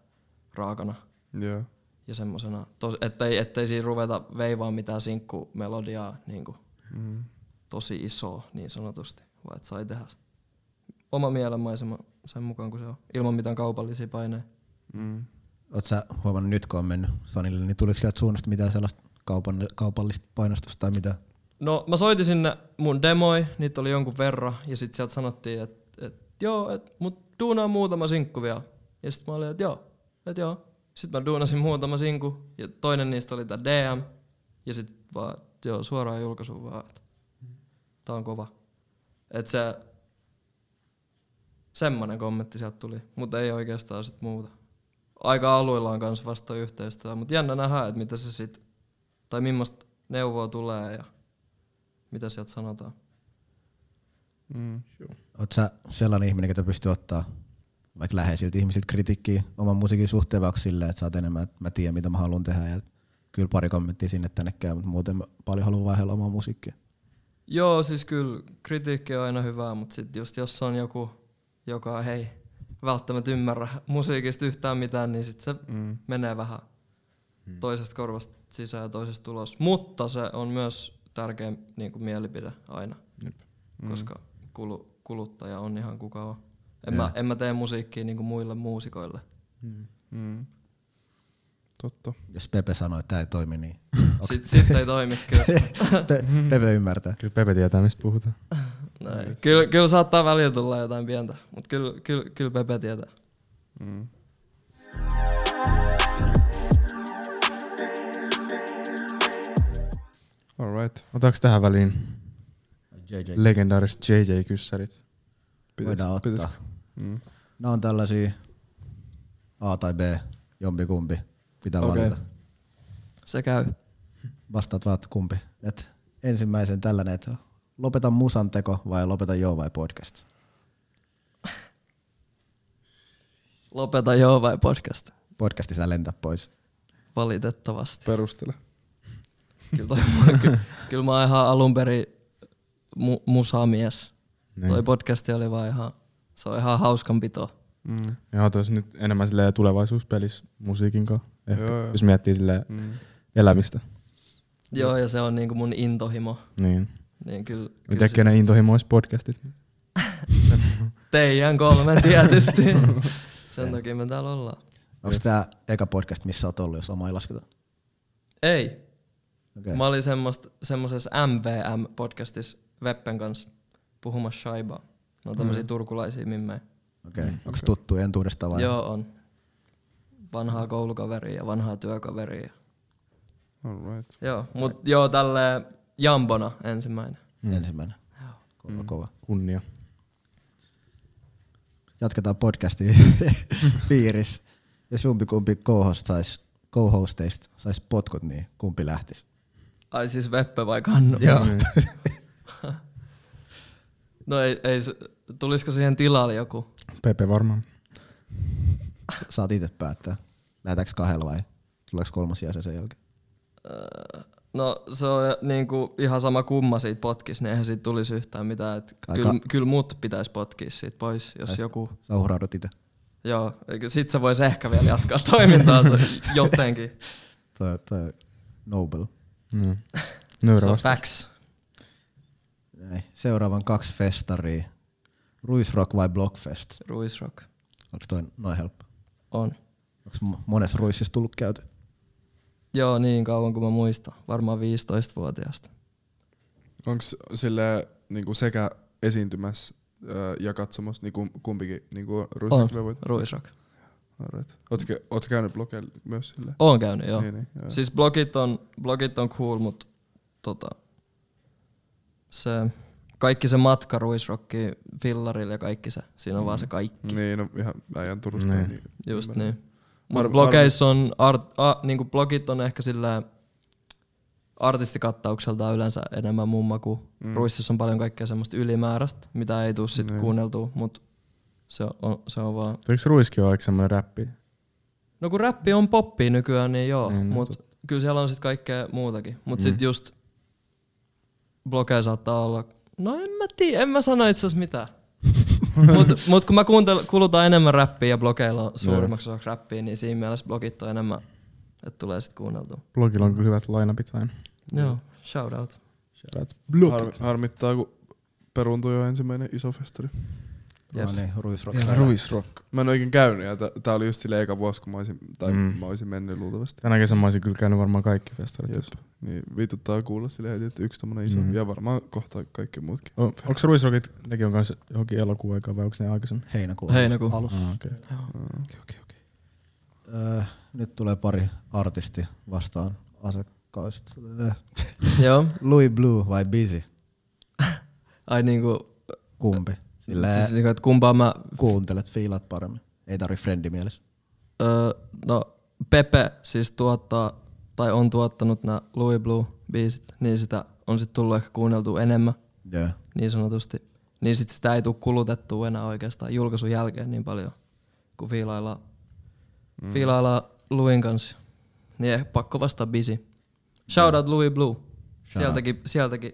Speaker 5: raakana
Speaker 3: Joo.
Speaker 5: ja semmosena, tos, ettei, ettei siinä ruveta veivaa mitään sinkkumelodiaa niin kuin
Speaker 3: Mm.
Speaker 5: tosi isoa niin sanotusti, vaan että sai tehdä oma mielenmaisema sen mukaan kuin se on, ilman mitään kaupallisia paineita.
Speaker 3: Mm.
Speaker 4: Oot sä huomannut nyt, kun on mennyt Sonille, niin tuliko sieltä suunnasta mitään sellaista kaupan, kaupallista painostusta tai mitä?
Speaker 5: No mä soitin sinne mun demoi, niitä oli jonkun verran, ja sit sieltä sanottiin, että et, joo, et, mut duunaa muutama sinkku vielä. Ja sit mä olin, että joo, et joo. Sit mä duunasin muutama sinku, ja toinen niistä oli tää DM, ja sit vaan, et joo, suoraan julkaisuun vaan, et tää on kova. Et se, semmonen kommentti sieltä tuli, mutta ei oikeastaan sit muuta. Aika aluillaan kanssa vasta toi yhteistyö, mutta jännä nähdä, että mitä se sit, tai millaista neuvoa tulee ja mitä sieltä sanotaan.
Speaker 3: Mm.
Speaker 4: Oot sä sellainen ihminen, ketä pystyy ottaa vaikka läheisiltä ihmisiltä kritiikkiä oman musiikin suhteen, vaikka silleen, että sä oot enemmän, että mä tiedän mitä mä haluan tehdä ja kyllä pari kommenttia sinne tänne käy, mutta muuten mä paljon haluan vaihella omaa musiikkia.
Speaker 5: Joo, siis kyllä kritiikki on aina hyvää, mutta sitten just jos on joku, joka ei välttämättä ymmärrä musiikista yhtään mitään, niin sitten se
Speaker 3: Mm.
Speaker 5: menee vähän toisesta korvasta sisään ja toisesta ulos. Mutta se on myös tärkeä niin kuin mielipide aina,
Speaker 2: Jep.
Speaker 5: koska kulu, kuluttaja on ihan kuka on. En, mä, en mä tee musiikkia niin kuin muille muusikoille.
Speaker 3: Mm. Totta.
Speaker 4: Jos Pepe sanoo, että tämä ei toimi, niin onks
Speaker 5: Sitten sit ei toimi kyllä.
Speaker 4: Pe- Pepe ymmärtää.
Speaker 2: Kyllä Pepe tietää, mistä puhutaan.
Speaker 5: Näin. Kyllä, kyllä saattaa välillä tulla jotain pientä, mutta kyllä, kyllä, kyllä Pepe tietää.
Speaker 3: Mm. Alright.
Speaker 2: Otaks tähän väliin
Speaker 4: JJ.
Speaker 2: legendaariset JJ-kyssärit?
Speaker 3: Pitäis-
Speaker 4: Voidaan ottaa.
Speaker 3: pitäis- Mm.
Speaker 4: Nämä on tällaisia A tai B, jompikumpi. Pitää
Speaker 5: Okei.
Speaker 4: okay. valita.
Speaker 5: Se käy.
Speaker 4: Vastaat vaan, että kumpi. Et ensimmäisen tällainen, että lopeta musan teko vai lopeta joo vai podcast.
Speaker 5: Lopeta joo vai podcast?
Speaker 4: Podcastissa lentää pois.
Speaker 5: Valitettavasti.
Speaker 3: Perustele.
Speaker 5: Kyllä, toi, mä, kyllä, kyllä mä oon ihan alun perin mu- musamies.
Speaker 2: Niin.
Speaker 5: Toi podcasti oli vaan ihan, se on ihan hauskanpito.
Speaker 3: Mm.
Speaker 2: Joo, tois nyt enemmän silleen tulevaisuuspelissä musiikin kanssa. Ehkä,
Speaker 3: Joo, joo.
Speaker 2: jos miettii silleen
Speaker 3: Mm.
Speaker 2: elämistä.
Speaker 5: Joo, ja se on niinku mun intohimo.
Speaker 2: Niin.
Speaker 5: Niin kyllä, kyllä
Speaker 2: Mitä
Speaker 5: se,
Speaker 2: kenen intohimois podcastit?
Speaker 5: teidän kolme tietysti. Sen takia me täällä ollaan. Niin.
Speaker 4: Onko tämä eka podcast, missä olet ollut, jos oma ei lasketa?
Speaker 5: Ei,
Speaker 4: Okay.
Speaker 5: Mä olin semmoist- semmosessa MVM-podcastissa Veppen kanssa puhumassa shaibaa. No tämmöisiä mm. turkulaisia mimmejä.
Speaker 4: Okay. Onko tuttu entuudesta vai?
Speaker 5: Mm. Joo on. Vanhaa koulukaveria ja vanhaa työkaveria.
Speaker 3: Alright.
Speaker 5: Joo, mut joo tälle jambona ensimmäinen.
Speaker 4: Mm. Ensimmäinen. Kova, kova.
Speaker 2: Kunnia.
Speaker 4: Jatketaan podcastin piirissä. Jos jompikumpi co-host sais- co-hosteista saisi potkut, niin kumpi lähtisi?
Speaker 5: Ai siis Veppe vai Kannu?
Speaker 4: Joo.
Speaker 2: Niin.
Speaker 5: No ei, ei, se- tulisiko siihen tilalle joku?
Speaker 2: Pepe varmaan.
Speaker 4: Saat itse päättää. Lähetäänkö kahdella vai tuleeko kolmas jäsen sen jälkeen?
Speaker 5: No se on niinku ihan sama kumma siitä potkis, niin eihän siitä tulisi yhtään mitään. Et
Speaker 4: Aika-
Speaker 5: Kyllä, kyllä mut pitäisi potkia siitä pois, jos joku
Speaker 4: Sä uhraudut itse.
Speaker 5: Joo, eikö- sit se voisi ehkä vielä jatkaa toimintaansa jotenkin.
Speaker 4: No, Toi, toi noble.
Speaker 2: Mm.
Speaker 5: Se
Speaker 2: Nöyrä
Speaker 5: on
Speaker 2: vasta.
Speaker 5: facts.
Speaker 4: Näin. Seuraavan kaksi festaria. Ruisrock vai Blockfest?
Speaker 5: Ruisrock.
Speaker 4: Onko toi noin helppo?
Speaker 5: On.
Speaker 4: Onko monessa ruississa tullut käyty?
Speaker 5: Joo, niin kauan kuin mä muistan. Varmaan 15-vuotiaasta.
Speaker 3: Onko sille niinku sekä esiintymässä öö, ja katsomassa niinku kumpikin niinku
Speaker 5: On.
Speaker 3: ruisvevoit?
Speaker 5: Ruisrock.
Speaker 3: Alright. Ootko, ootko käynyt blogeilla myös sille?
Speaker 5: Oon käynyt, joo.
Speaker 3: Niin, niin, joo.
Speaker 5: Siis blogit on, blogit on cool, mut tota, se, kaikki se matka ruisrokki fillarilla ja kaikki se, siinä on vaan se kaikki,
Speaker 3: Niin, no ihan äijän Turusta.
Speaker 2: Niin.
Speaker 3: Niin.
Speaker 5: just
Speaker 3: Ymmärrän.
Speaker 5: niin. Mut
Speaker 3: Var-
Speaker 5: blogeissa on, art, a, niinku blogit on ehkä sillä artistikattaukseltaan yleensä enemmän mumma kuin mm. ruississa on paljon kaikkea semmoista ylimääräistä, mitä ei tuu sit
Speaker 3: Niin.
Speaker 5: kuunneltua, mut se on, se on vaan
Speaker 2: Eikö ruiski ole aika semmoinen räppi?
Speaker 5: No kun räppi on poppi nykyään, niin joo,
Speaker 2: Niin,
Speaker 5: niin,
Speaker 2: no
Speaker 5: mutta kyllä siellä on sitten kaikkea muutakin. Mutta sit sitten just blogeja saattaa olla, no en mä tiedä, en mä sano itse asiassa mitään. mutta mut kun mä kuuntel, kulutan enemmän räppiä ja blogeilla on suurimmaksi osaksi räppiä, niin siinä mielessä blogit on enemmän, että tulee sitten kuunneltua.
Speaker 2: Blogilla on kyllä hyvät lainapit aina.
Speaker 5: Joo, shout out.
Speaker 3: Har, harmittaa, kun peruuntui jo ensimmäinen iso festari.
Speaker 5: Jep.
Speaker 4: No niin, Ruisrock.
Speaker 3: Ruisrock. Mä en oikein käynyt, ja t- tää oli just sille eka vuosi, kun mä olisin, tai
Speaker 2: Mm.
Speaker 3: mm. mä olisin mennyt luultavasti.
Speaker 2: Tänä kesänä mä olisin kyllä käynyt varmaan kaikki festarit.
Speaker 3: Jep.
Speaker 2: jos-
Speaker 3: Niin vituttaa kuulla sille heti, että yksi tommonen iso,
Speaker 2: Mm.
Speaker 3: mm. ja varmaan kohta kaikki muutkin.
Speaker 2: O- Onko ruisrokit, nekin on kanssa johonkin elokuun aikaan vai onko ne aikaisemmin?
Speaker 4: Heinäkuun Mm.
Speaker 5: Heinäkuu.
Speaker 4: alus.
Speaker 2: Ah, okay.
Speaker 4: Öö, nyt tulee pari artisti vastaan asakkaista. Öö,
Speaker 5: joo,
Speaker 4: Louis Blue vai Busy?
Speaker 5: ai niinku,
Speaker 4: Kumpi? Sillä
Speaker 5: siis niinku, että kumpaa mä,
Speaker 4: kuuntelet, fiilat paremmin. Ei tarvi frendimielessä.
Speaker 5: öö, no Pepe siis tuottaa, tai on tuottanut nämä Louis Blue biisit, niin sitä on sitten tullut ehkä kuunneltua enemmän.
Speaker 4: Joo.
Speaker 5: niin sanotusti, niin sit sitä ei tule kulutettua enää oikeastaan julkaisun jälkeen niin paljon, kun fiilaillaan, mm. fiilaillaan Luin kanssa. Niin ehkä pakko vasta bisi. Shout out Louis Blue. Sieltäkin, sieltäkin,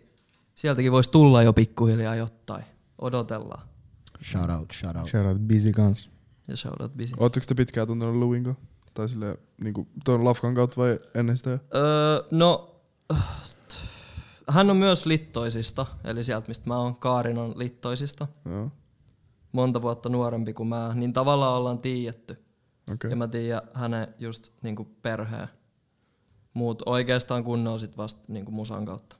Speaker 5: sieltäkin voisi tulla jo pikkuhiljaa jotain. Odotellaan.
Speaker 4: Shout out, shout out.
Speaker 2: Shout out Busy kanssa.
Speaker 5: Ja shout out bisi.
Speaker 3: Ootteko te pitkään tuntenut Luinko? Tai sille niinku, tuon Lafkan kautta vai ennen sitä?
Speaker 5: Öö, no, hän on myös Littoisista, eli sieltä mistä mä oon. Kaarin on Littoisista.
Speaker 3: Joo.
Speaker 5: Monta vuotta nuorempi kuin mä, niin tavallaan ollaan tiedetty.
Speaker 3: Okei.
Speaker 5: Ja mä tiedän hänen just niinku perheen. Muut oikeastaan kunnolla sit vasta niinku musan kautta.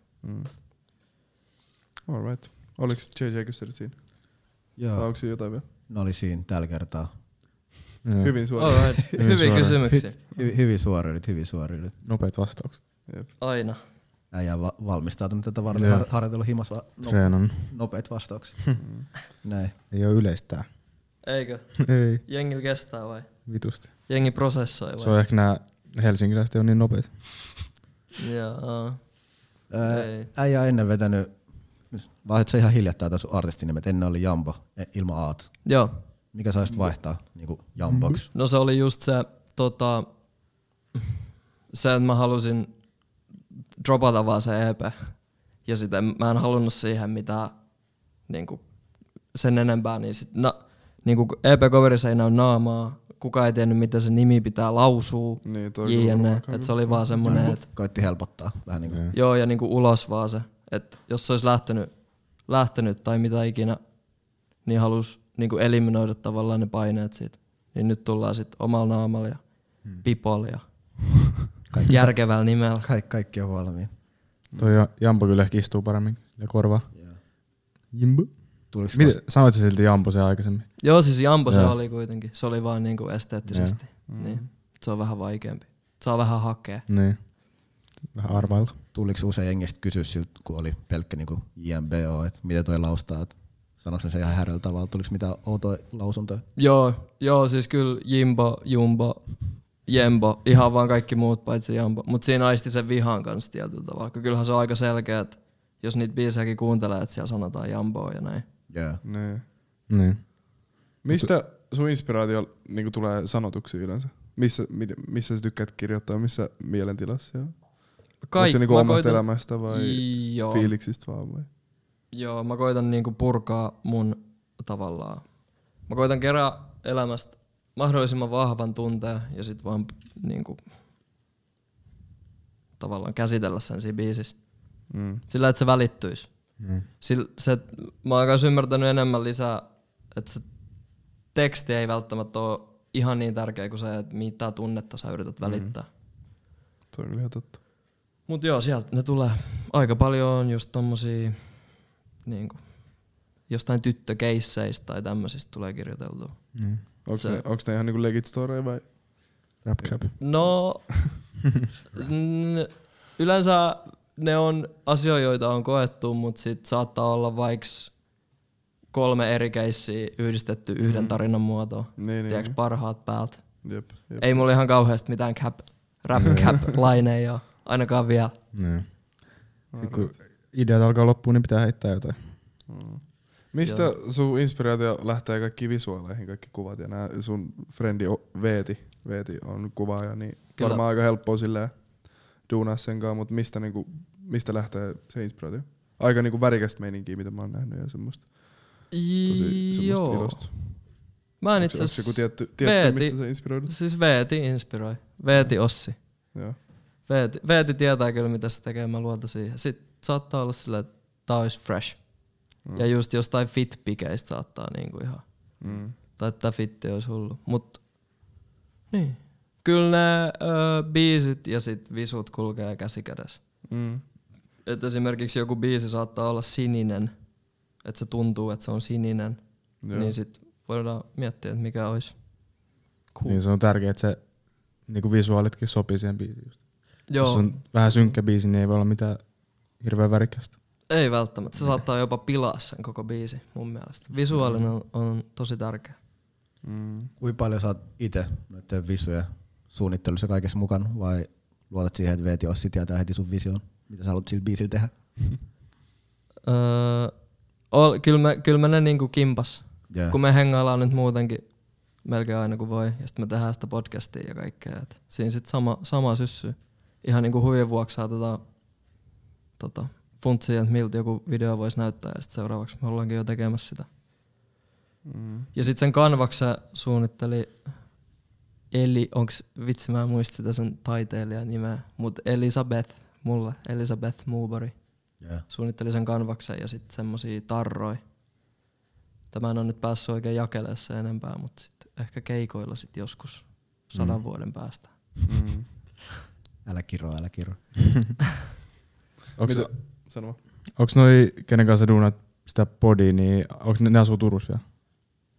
Speaker 3: Alright. Mm. Oliks JJ kysynyt siinä? Vai
Speaker 4: Joo.
Speaker 3: onko siinä jotain vielä?
Speaker 4: Ne oli siinä tällä kertaa.
Speaker 2: Joo.
Speaker 3: Hyvin suoraan.
Speaker 5: Alright. Hyviä kysymyksiä.
Speaker 4: Hy- hyvin suoriudut, hyvin suoriudut.
Speaker 2: Nopeat vastaukset.
Speaker 3: Jep.
Speaker 5: Aina.
Speaker 4: Äijä on va- valmistautunut tätä varten,
Speaker 2: Joo.
Speaker 4: har- harjoitellut himas va- no-
Speaker 2: Treenan.
Speaker 4: nopeat vastaukset. Näin.
Speaker 2: Ei oo yleistää.
Speaker 5: Eikö?
Speaker 2: Ei,
Speaker 5: Jengillä kestää vai?
Speaker 2: vitusti.
Speaker 5: Jengi prosessoi
Speaker 2: Se on
Speaker 5: vai?
Speaker 2: ehkä nää helsinkiläiset ei ole niin nopeita.
Speaker 5: Jaa.
Speaker 4: Ää,
Speaker 5: Ei.
Speaker 4: Äijä on ennen vetänyt, vaihdat sä ihan hiljattain tässä sun artistinimet, ennen oli Jambo, e- ilman Aat.
Speaker 5: Joo.
Speaker 4: Mikä saisit vaihtaa niinku Jamboksi?
Speaker 5: No se oli just se, tota, se, että mä halusin dropata vaan se EP. Ja sitten mä en halunnut siihen mitään niinku, sen enempää. Niin sit, na, niinku, EP-coverissa ei näy naamaa. Kuka ei tiennyt, mitä se nimi pitää lausua.
Speaker 3: Niin, toi kyllä varmaan
Speaker 5: JNE.
Speaker 3: aika
Speaker 5: Et se oli vaan semmonen, että
Speaker 4: Koitti helpottaa vähän niinku.
Speaker 5: joo, ja niinku ulos vaan se. Että jos se olisi lähtenyt, lähtenyt tai mitä ikinä, niin halus niinku eliminoida tavallaan ne paineet siitä. Niin nyt tullaan sitten omalla naamalla ja pipolla ja
Speaker 4: Kaikki,
Speaker 5: järkevällä nimellä.
Speaker 4: kaikki, kaikki on valmiin.
Speaker 2: Toi ja- Jampo kyllä ehkä istuu paremmin ja korva. Jimbo.
Speaker 4: Tuliko
Speaker 2: Mitä, sanoit sä silti Jampo se aikaisemmin?
Speaker 5: Joo, siis Jambo se
Speaker 2: Joo.
Speaker 5: oli kuitenkin. Se oli vaan niinku esteettisesti.
Speaker 3: Mm.
Speaker 5: Niin. Se on vähän vaikeampi. Saa vähän hakea.
Speaker 2: Niin. Vähän arvailla.
Speaker 4: tuliko usein jengistä kysyä siltä, kun oli pelkkä niin JMBO, että miten toi laustaa, että sanoiko ne se ihan häröllä tavalla, tuliko mitään outoa lausuntoja?
Speaker 5: Joo, joo, siis kyllä Jimbo, Jumbo, Jembo, ihan vaan kaikki muut paitsi Jambo. Mutta siinä aisti sen vihan kanssa tietyllä tavalla. kun Kyllähän se on aika selkeä, että jos niitä biisejäkin kuuntelee, että siellä sanotaan Jamboa ja näin.
Speaker 4: Yeah.
Speaker 3: Niin.
Speaker 2: Niin.
Speaker 3: Mistä sun inspiraatio niinku, tulee sanotuksi yleensä? Missä, mit, missä sä tykkäät kirjoittaa, missä mielentilassa? Ja? Onko se niinku
Speaker 5: mä
Speaker 3: omasta
Speaker 5: koitan-
Speaker 3: elämästä vai
Speaker 5: Joo.
Speaker 3: fiiliksistä vaan vai?
Speaker 5: Joo, mä koitan niinku purkaa mun tavallaan. Mä koitan kerää elämästä mahdollisimman vahvan tunteen ja sit vaan niinku, tavallaan käsitellä sen siinä biisissä.
Speaker 3: Mm.
Speaker 5: Sillä, että se välittyisi.
Speaker 2: Niin.
Speaker 5: Sillä, se, mä oon kanssa ymmärtänyt enemmän lisää että se teksti ei välttämättä ole ihan niin tärkeä kuin se, että mitä tunnetta sä yrität välittää. Mm.
Speaker 3: Toi on kyllä ihan totta.
Speaker 5: Mut joo, sieltä ne tulee. Aika paljon on just tommosia niinku, jostain tyttökeisseistä tai tämmöisistä tulee kirjoiteltua.
Speaker 2: Mm.
Speaker 3: Onks,
Speaker 5: Se-
Speaker 3: ne, onks ne ihan niinku legit story vai?
Speaker 2: Rap cap.
Speaker 5: No, n- yleensä ne on asioita, joita on koettu, mutta sit saattaa olla vaikka kolme eri keissiä yhdistetty yhden tarinan muotoon.
Speaker 3: Niin, niin,
Speaker 5: Tiedätkö,
Speaker 3: niin.
Speaker 5: parhaat päältä.
Speaker 3: Jep, jep.
Speaker 5: Ei mulla ihan kauheasti mitään cap, rap cap laineja ole, ainakaan vielä.
Speaker 2: Niin. Sitten kun ideat alkaa loppua, niin pitää heittää jotain.
Speaker 3: Mistä sun inspiraatio lähtee kaikki visuaaleihin, kaikki kuvat ja nää sun frendi O- Veeti, Veeti on kuvaaja, niin
Speaker 5: Kyllä.
Speaker 3: Kyllä. varmaan aika helppoa silleen duunaa sen kanssa, mutta mistä, niinku, mistä lähtee se inspiraatio? Aika niinku värikästä meininkiä, mitä mä oon nähnyt ja semmoista tosi semmoista
Speaker 5: Joo.
Speaker 3: ilosta.
Speaker 5: Mä en
Speaker 3: Onks-
Speaker 5: itse
Speaker 3: onks joku
Speaker 5: asiassa...
Speaker 3: tietty, tietty
Speaker 5: Veeti-
Speaker 3: mistä sä inspiroidut?
Speaker 5: Siis Veeti inspiroi. Veeti Ossi.
Speaker 3: Joo.
Speaker 5: Veeti, Veeti tietää kyllä, mitä se tekee, mä luotan siihen. Sitten saattaa olla sillä, että tää olisi fresh. Mm. Ja just jostain fit-pikeistä saattaa niinku ihan,
Speaker 3: Mm.
Speaker 5: tai että tää fitti olisi hullu. Mut, niin. Kyllä ne ö, biisit ja sit visut kulkee käsi kädessä.
Speaker 3: Mm.
Speaker 5: Et esimerkiksi joku biisi saattaa olla sininen, että se tuntuu, että se on sininen.
Speaker 3: Joo.
Speaker 5: Niin sit voidaan miettiä, että mikä olisi cool.
Speaker 2: Niin se on tärkeää, että se niinku visuaalitkin sopii siihen biisiin. just. Jos
Speaker 5: Joo.
Speaker 2: on vähän synkkä biisi, niin ei voi olla mitään hirveän värikästä.
Speaker 5: Ei välttämättä. Se saattaa jopa pilaa sen koko biisi mun mielestä. Visuaalinen
Speaker 2: Mm.
Speaker 5: on, on tosi tärkeä.
Speaker 3: Mm.
Speaker 4: Kuinka paljon saat itse noiden visuja suunnittelussa kaikessa mukaan vai luotat siihen, että Veeti Ossi tietää heti sun vision, mitä sä haluat sillä biisillä tehdä?
Speaker 5: Öö, ol, kyllä, me, kyllä me ne niinku kimpas.
Speaker 4: Yeah.
Speaker 5: Kun me hengaillaan nyt muutenkin melkein aina kun voi. Ja sitten me tehdään sitä podcastia ja kaikkea. Et siinä sitten sama, sama syssy. Ihan niinku huvien vuoksi saatetaan tota, funtsia, että miltä joku video voisi näyttää. Ja sitten seuraavaksi me ollaankin jo tekemässä sitä.
Speaker 3: Mm.
Speaker 5: Ja sitten sen kanvaksi sä suunnitteli, eli onks, vitsi mä en muista sitä sen taiteilijan nimeä, mut Elisabeth, mulle, Elisabeth Muubari,
Speaker 4: Yeah.
Speaker 5: suunnitteli sen kanvaksen ja sitten semmosia tarroi. Tämä en ole nyt päässyt oikein jakelemaan se enempää, mutta sit ehkä keikoilla sit joskus sadan mm. vuoden päästä.
Speaker 3: Mm.
Speaker 4: Älä kiro, älä kiro.
Speaker 2: Onks,
Speaker 3: Mitä- Sano vaan.
Speaker 2: onks noi, kenen kanssa sä duunat sitä podia, niin onks ne, ne asuu Turussa vielä?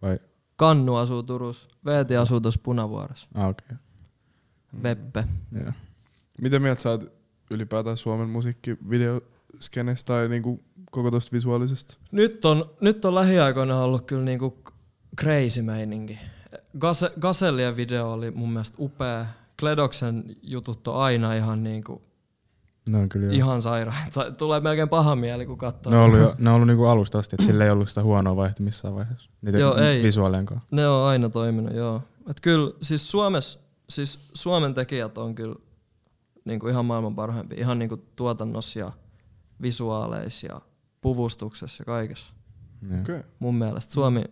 Speaker 2: Vai?
Speaker 5: Kannu asuu Turussa, Veeti asuu tuossa Punavuoressa,
Speaker 2: Ah, okei. Okay.
Speaker 5: Mm. Veppe.
Speaker 2: Yeah.
Speaker 3: Mitä mieltä sä oot ylipäätään Suomen musiikkivideoskenestä tai niinku koko tosta visuaalisesta?
Speaker 5: Nyt on, nyt on lähiaikoina ollut kyllä niinku crazy meininki. Gase, Gasellien video oli mun mielestä upea. Kledoksen jutut on aina ihan, niinku,
Speaker 2: Ne on kyllä jo.
Speaker 5: ihan sairaita. Tulee melkein paha mieli, kun katsoo.
Speaker 2: Ne on ollut, jo, ne on ollut niinku alusta asti, että sillä ei ollut sitä huonoa vaihtoa missään vaiheessa. Niitä
Speaker 5: Joo, ei.
Speaker 2: visuaalienkaan.
Speaker 5: Ne on aina toiminut, joo. Et kyllä, siis, Suomessa, siis Suomen tekijät on kyllä niinku ihan maailman parhaimpia. Ihan niinku tuotannossa ja visuaaleissa ja puvustuksessa ja kaikessa.
Speaker 2: Joo.
Speaker 3: Okei.
Speaker 5: Mun mielestä Suomi,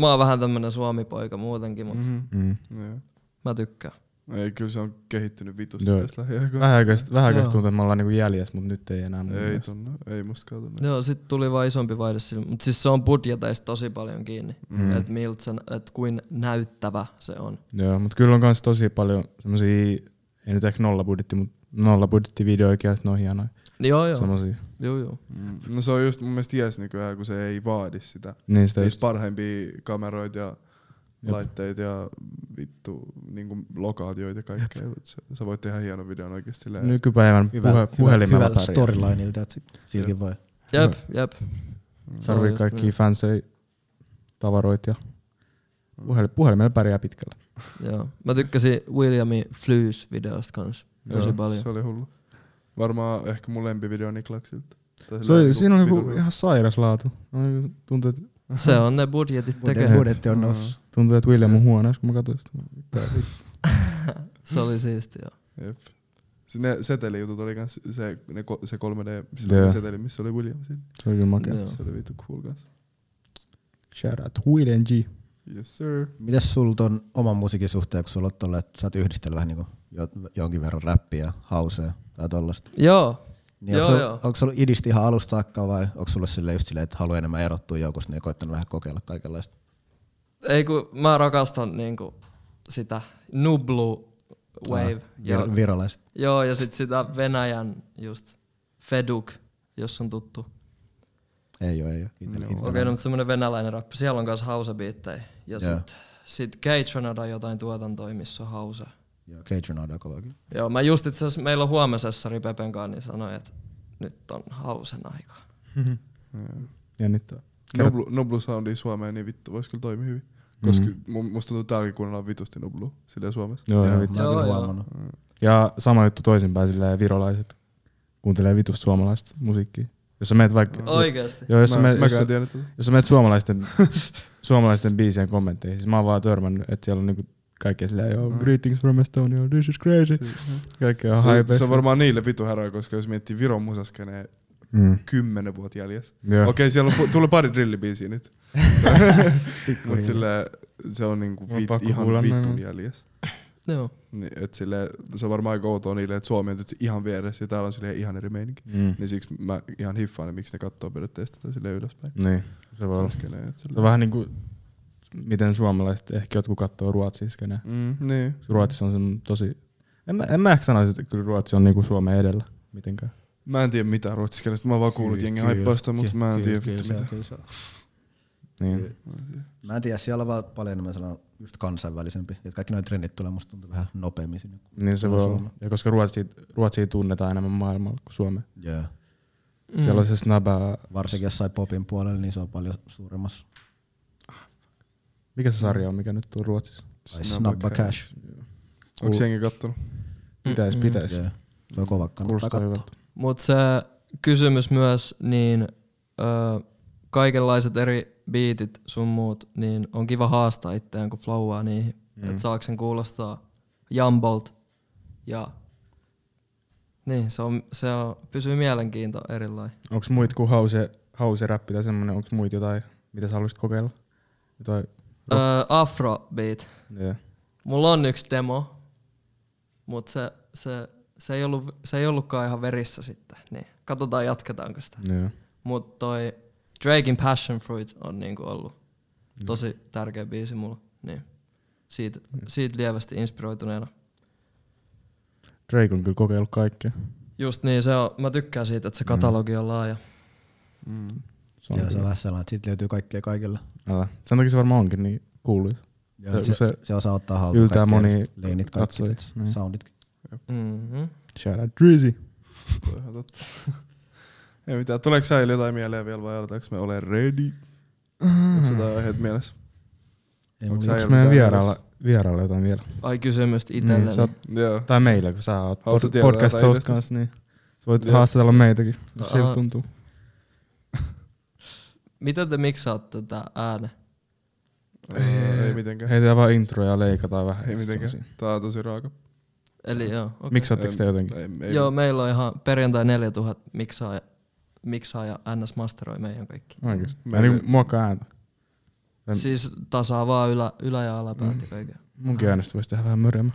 Speaker 5: mä oon vähän tämmönen suomipoika muutenkin, mutta
Speaker 3: Mhm.
Speaker 2: Mm.
Speaker 3: Joo.
Speaker 5: mä tykkään.
Speaker 3: Ei, kyllä se on kehittynyt vitusti
Speaker 2: Joo.
Speaker 3: tässä lähiaikoina.
Speaker 2: Vähän aikaista vähän aikaista
Speaker 5: Joo.
Speaker 2: tuntuu, että me ollaan niinku jäljessä, mutta nyt ei enää mun
Speaker 3: Ei
Speaker 2: mielestä.
Speaker 3: tunnu, ei mustakaan tunnu.
Speaker 2: No.
Speaker 5: Joo, sit tuli vaan isompi vaihde sille. Mutta siis se on budjeteista tosi paljon kiinni. Mm.
Speaker 2: Mm.
Speaker 5: Että miltä se, et kuin näyttävä se on.
Speaker 2: Joo, mutta kyllä on myös tosi paljon semmosia, ei nyt ehkä nolla budjetti, mutta nolla budjettivideoikin, että ne on hienoja.
Speaker 5: Niin joo, joo.
Speaker 2: Semmosia.
Speaker 5: Joo, joo.
Speaker 3: Mm. No se on just mun mielestä jees nykyään, kun se ei vaadi sitä.
Speaker 2: Niin sitä
Speaker 3: Niitä
Speaker 2: just,
Speaker 3: parhaimpia kameroita ja
Speaker 2: Jep.
Speaker 3: laitteita ja vittu niinku lokaatioita ja kaikkea. Sä, sä voit tehdä hienon videon oikeesti silleen.
Speaker 2: nykypäivän
Speaker 4: Hyvä,
Speaker 2: puhe,
Speaker 4: hyvä,
Speaker 2: puhelimella
Speaker 4: hyvä
Speaker 2: pärjää.
Speaker 4: storylineilta, että sit- silläkin voi.
Speaker 5: Jep, jep.
Speaker 2: Sarvii
Speaker 5: just
Speaker 2: kaikki
Speaker 5: niin.
Speaker 2: fansei tavaroit ja puhel, puhelimella pärjää pitkällä.
Speaker 5: Joo. Mä tykkäsin Williamin Flyys-videosta kans. Tosi paljon.
Speaker 3: Se oli hullu. Varmaan ehkä mun lempivideo Niklaksilta. Tai
Speaker 2: Se
Speaker 3: silleen
Speaker 2: oli,
Speaker 3: niinku
Speaker 2: siinä on niinku
Speaker 3: vitun hyvä.
Speaker 2: ihan sairas laatu. No, Tuntuu, että,
Speaker 5: Se on ne budjetit
Speaker 4: Budjetti,
Speaker 5: tekee.
Speaker 4: budjetti
Speaker 3: Mm.
Speaker 4: on noussut.
Speaker 2: tuntuu, että William on huoneessa, kun mä katsoin sitä.
Speaker 5: Se oli siisti, joo.
Speaker 3: Jep. Se, ne setelijutut oli kans se, ne, ko- se 3D, missä
Speaker 2: Joo.
Speaker 3: oli seteli, missä oli William siinä.
Speaker 2: Se oli kyllä makea.
Speaker 5: Joo.
Speaker 3: Se oli vittu cool kans.
Speaker 2: Shout out William G.
Speaker 3: Yes sir.
Speaker 4: Mitäs sulla ton oman musiikin suhteen, kun sulla on tolle, että sä oot yhdistellyt vähän niinku jo, jonkin verran räppiä, hausea tai tollasta?
Speaker 5: Joo.
Speaker 4: Niin
Speaker 5: Joo,
Speaker 4: onko,
Speaker 5: joo.
Speaker 4: sulla, onko sulla idistä ihan alusta saakka vai onko sulla sille just silleen, että haluaa enemmän erottua joukosta, niin koittanut vähän kokeilla kaikenlaista?
Speaker 5: ei kun mä rakastan niinku sitä Nublu Wave.
Speaker 4: Vir- virolaiset.
Speaker 5: Joo, ja sit sitä Venäjän just Feduk, jos on tuttu.
Speaker 4: Ei oo, ei oo. Itellä,
Speaker 5: Okei, okay, no mutta semmonen venäläinen rappi. Siellä on myös hausebiittejä. Ja
Speaker 4: Joo.
Speaker 5: sit, sit Keitronada jotain tuotantoa, missä on hause.
Speaker 4: Joo, Cage Ronaldo on kova kyllä.
Speaker 5: Joo, mä just itse asiassa, meillä on huomisessari Pepen kanssa, niin sanoin, että nyt on hausen aika.
Speaker 2: Jännittävää.
Speaker 3: Nublu, Nublu soundi Suomeen, niin vittu, vois kyllä toimia hyvin. Koska
Speaker 2: Mm-hmm.
Speaker 3: mun, musta tuntuu, että täälläkin kuunnellaan vitusti Nublu, silleen Suomessa.
Speaker 2: Joo,
Speaker 4: Joo,
Speaker 2: joo.
Speaker 4: mä oon
Speaker 5: Joo,
Speaker 4: kyllä
Speaker 5: joo.
Speaker 4: huomannut.
Speaker 2: Ja sama juttu toisinpäin, silleen virolaiset kuuntelee vitus suomalaista musiikkia. Jos sä meet vaikka...
Speaker 5: Oikeesti.
Speaker 2: Joo, jos sä,
Speaker 3: mä,
Speaker 2: meet, jos,
Speaker 3: mäkään
Speaker 2: sä-
Speaker 3: en tiedä tätä.
Speaker 2: jos sä meet suomalaisten, suomalaisten biisien kommentteihin, siis mä oon vaan törmännyt, että siellä on niinku kaikkea silleen, joo,
Speaker 3: Mm.
Speaker 2: greetings from Estonia, this is crazy. Kaikki on
Speaker 3: Niin,
Speaker 2: hypeessä.
Speaker 3: Se on varmaan niille vitu häröä, koska jos miettii Viron musaskeneen
Speaker 2: Mm.
Speaker 3: kymmenen vuotta jäljessä.
Speaker 2: Joo.
Speaker 3: Okei, okay, siellä on, tulee pari drillibiisiä nyt. Mut
Speaker 4: Pikkuhiljaa.
Speaker 3: sille se on niinku
Speaker 2: On
Speaker 3: vit,
Speaker 2: pakko
Speaker 3: ihan
Speaker 2: kuulla
Speaker 3: vitun
Speaker 2: näin.
Speaker 3: jäljessä.
Speaker 5: Joo.
Speaker 3: Niin, et sille, se on varmaan aika outoa niille, että Suomi on nyt ihan vieressä ja täällä on silleen ihan eri meininki.
Speaker 2: Mm.
Speaker 3: Niin siksi mä ihan hiffaan, että miksi ne kattoo periaatteessa tätä silleen ylöspäin.
Speaker 2: Niin, se voi olla.
Speaker 3: Skeneen, et
Speaker 2: Se on
Speaker 3: silleen-
Speaker 2: vähän niin kuin, miten suomalaiset ehkä jotkut katsoo Ruotsia skenää.
Speaker 3: Mm, niin.
Speaker 2: Ruotsissa on sen tosi... En mä, en mä ehkä sanoisi, että kyllä Ruotsi on niinku Suomen edellä mitenkään.
Speaker 3: Mä en tiedä mitään ruotsiskielestä, mä oon vaan kuullut
Speaker 4: Kyllä,
Speaker 3: jengi
Speaker 4: kyllä.
Speaker 3: haippaista, mutta
Speaker 4: Ky-
Speaker 3: mä en
Speaker 4: kyllä,
Speaker 3: tiedä
Speaker 4: kyllä
Speaker 3: vittu
Speaker 4: se on,
Speaker 3: mitään.
Speaker 4: kyllä se on.
Speaker 2: Niin.
Speaker 4: Kyllä. Mä en tiedä, siellä on vaan paljon enemmän sellainen just kansainvälisempi. Ja kaikki nuo trendit tulee musta tuntuu vähän nopeammin sinne.
Speaker 2: Niin se
Speaker 4: No,
Speaker 2: voi olla.
Speaker 4: Suomi.
Speaker 2: Ja koska Ruotsia, Ruotsia tunnetaan enemmän maailmalla kuin Suomea.
Speaker 4: Joo.
Speaker 2: Mm. Siellä on se snaba...
Speaker 4: Varsinkin jossain popin puolella, niin se on paljon suuremmassa.
Speaker 2: Mikä se sarja on, mikä nyt on Ruotsissa?
Speaker 4: Tai Snabba Cash.
Speaker 3: Onks jengi kattonut?
Speaker 5: Mm.
Speaker 2: Pitäis, pitäis.
Speaker 4: Joo. Se on kova, kannattaa
Speaker 2: Kuulostaa
Speaker 4: katsoa.
Speaker 2: hyvältä.
Speaker 5: Mutta se kysymys myös, niin ö, kaikenlaiset eri biitit sun muut, niin on kiva haastaa itseään, kun flowaa niihin. Mm. Että saako sen kuulostaa jambolt ja niin, se, on, se on, pysyy mielenkiinto erilainen.
Speaker 2: Onks muit kuin hause, hause räppi tai semmonen, onks muit jotain, mitä sä haluaisit kokeilla? Jotain,
Speaker 5: Ö, Afrobeat.
Speaker 2: yeah.
Speaker 5: Mulla on yksi demo, mutta se, se, se, ei ollut, se ei ollutkaan ihan verissä sitten. Niin, katsotaan jatketaanko sitä.
Speaker 2: Yeah.
Speaker 5: Mutta toi Drakein Passion Fruit on niinku ollut tosi tärkeä biisi mulla. Niin. Siitä, siitä lievästi inspiroituneena.
Speaker 2: Drake on kyllä kokeillut kaikkea.
Speaker 5: Just niin, se on, mä tykkään siitä, että se katalogi on laaja.
Speaker 2: Se on
Speaker 4: Joo, se on
Speaker 2: kyllä.
Speaker 4: vähän sellainen, että siitä löytyy kaikkea kaikilla.
Speaker 2: Älä. Sen takia se varmaan onkin niin kuuluisa.
Speaker 4: Joo,
Speaker 2: Se-
Speaker 4: se,
Speaker 2: se
Speaker 4: se, se osaa ottaa haltuun
Speaker 2: yltää
Speaker 4: kaikki
Speaker 2: moni
Speaker 4: eri leinit, kaikki
Speaker 2: katsojia.
Speaker 4: tit-
Speaker 2: Niin.
Speaker 4: sounditkin.
Speaker 5: Mm-hmm.
Speaker 2: Shout out Drizzy.
Speaker 3: Toi on ihan totta. Ei mitään. Tuleeko säillä jotain mieleen vielä vai aletaanko me ole ready? Onko
Speaker 2: Mm.
Speaker 3: jotain aiheet mielessä?
Speaker 4: Ei
Speaker 3: Onks
Speaker 4: mulla
Speaker 3: sä
Speaker 4: yksi-
Speaker 2: Onko meidän vieraalla, vieraalla jotain vielä?
Speaker 5: Ai kysymystä
Speaker 2: Niin,
Speaker 5: itselleni.
Speaker 2: sä oot,
Speaker 3: Joo.
Speaker 2: tai meillä, kun sä oot
Speaker 3: Haluatko
Speaker 2: pod-
Speaker 3: tietää
Speaker 2: podcast
Speaker 3: jotain
Speaker 2: host
Speaker 3: itsestäsi?
Speaker 2: kanssa, niin sä voit
Speaker 3: Joo.
Speaker 2: haastatella meitäkin, jos siltä
Speaker 5: Aha.
Speaker 2: tuntuu.
Speaker 5: Miten te miksaatte tätä ääne?
Speaker 3: Ei, ei mitenkään. Ei,
Speaker 2: Heitä vaan introja ja leikataan vähän. ja sit se on
Speaker 3: mitenkään.
Speaker 2: siinä.
Speaker 3: Tää on tosi raaka.
Speaker 5: Eli joo. Okay.
Speaker 2: Miksaatteko te jotenkin?
Speaker 3: Ei,
Speaker 5: Ei.
Speaker 3: ei,
Speaker 5: Joo, meillä on ihan perjantai 4000 miksaaja, miksaaja NS masteroi meidän kaikki.
Speaker 2: Oikeesti.
Speaker 3: Me-
Speaker 2: Mä niinku muokkaa ääntä. Em-
Speaker 5: Siis tasaa vaan ylä, ylä- ja alapäät ja kaiken.
Speaker 2: Munkin äänestä voisi tehdä vähän möremmä.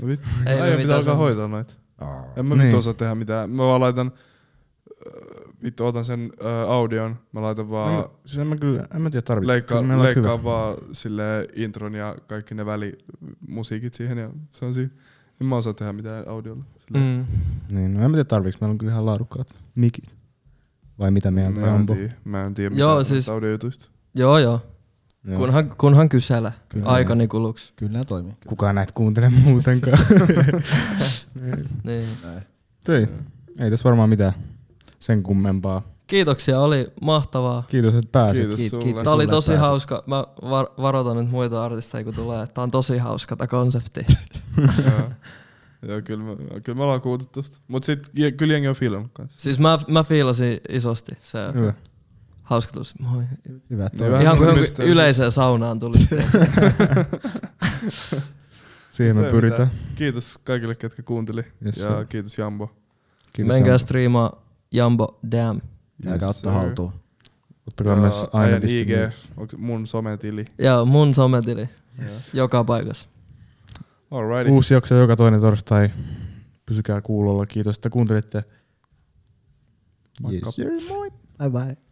Speaker 3: No vittu.
Speaker 5: Ei
Speaker 3: Äijä
Speaker 5: me
Speaker 3: pitää
Speaker 5: mitään
Speaker 3: alkaa
Speaker 5: sanoa.
Speaker 3: hoitaa noita.
Speaker 4: Aa.
Speaker 3: En mä
Speaker 2: Niin.
Speaker 3: nyt osaa tehdä mitään. Mä vaan laitan... äh, Vittu, otan sen äh, audion. Mä laitan vaan...
Speaker 2: Siis en mä kyllä, en mä tiedä tarvitse.
Speaker 3: Leikkaa,
Speaker 2: Kyllä meillä on hyvä.
Speaker 3: leikkaa vaan sille intron ja kaikki ne välimusiikit siihen ja se on siinä. En mä osaa tehdä mitään audiolla. Silleen.
Speaker 5: Mm.
Speaker 2: Niin, no en mä tiedä tarviiks. Meillä on kyllä ihan laadukkaat mikit. Vai mitä meidän
Speaker 3: Mä en
Speaker 2: onko?
Speaker 3: tiedä, mä en tiedä
Speaker 5: Joo,
Speaker 3: mitään
Speaker 5: siis-
Speaker 3: noista audiojutuista.
Speaker 5: Joo, joo.
Speaker 2: Joo.
Speaker 5: Kunhan, kunhan kysele
Speaker 4: Kyllä.
Speaker 5: aikani kuluksi.
Speaker 4: Kyllä nämä toimii.
Speaker 2: Kukaan näitä kuuntele muutenkaan.
Speaker 5: Niin.
Speaker 4: Näin.
Speaker 2: Ei, ei tässä varmaan mitään sen kummempaa.
Speaker 5: Kiitoksia, oli mahtavaa.
Speaker 2: Kiitos, että pääsit.
Speaker 3: Kiitos
Speaker 4: Kiit-
Speaker 3: sulle.
Speaker 4: kiitos.
Speaker 5: Tämä oli
Speaker 4: Sulle
Speaker 5: tosi
Speaker 4: pääset.
Speaker 5: hauska. Mä var- varoitan nyt muita artisteja, kun tulee. Tämä on tosi hauska tämä konsepti.
Speaker 3: Joo. Joo, kyllä me, kyllä me ollaan kuultu tosta. Mut sit je- kyllä jengi on filannut kanssa.
Speaker 5: Siis mä, mä fiilasin isosti se
Speaker 2: Hyvä.
Speaker 5: hauska tos. Moi.
Speaker 4: Hyvä, että
Speaker 3: Niin,
Speaker 4: oli.
Speaker 3: vähän
Speaker 5: Ihan kuin
Speaker 3: mysteeri.
Speaker 5: johonkin yleiseen saunaan tuli.
Speaker 2: Siihen me
Speaker 3: Ei
Speaker 2: pyritään.
Speaker 3: mitään. Kiitos kaikille, ketkä kuunteli.
Speaker 2: Yes,
Speaker 3: ja
Speaker 2: sir.
Speaker 3: kiitos Jambo.
Speaker 2: Kiitos.
Speaker 5: Menkää
Speaker 2: Janne.
Speaker 5: striimaa Jambo Damn.
Speaker 4: Käykää
Speaker 3: Yes,
Speaker 4: ottaa
Speaker 3: sir.
Speaker 4: haltuun.
Speaker 2: Ottakaa myös aina
Speaker 3: ajan IG, onks mun sometili.
Speaker 5: Ja mun sometili
Speaker 3: Joo.
Speaker 5: joka paikassa.
Speaker 3: Alrighty.
Speaker 2: Uusi jakso joka toinen torstai. Pysykää kuulolla. Kiitos, että kuuntelitte.
Speaker 3: Moikka.
Speaker 4: Bye bye.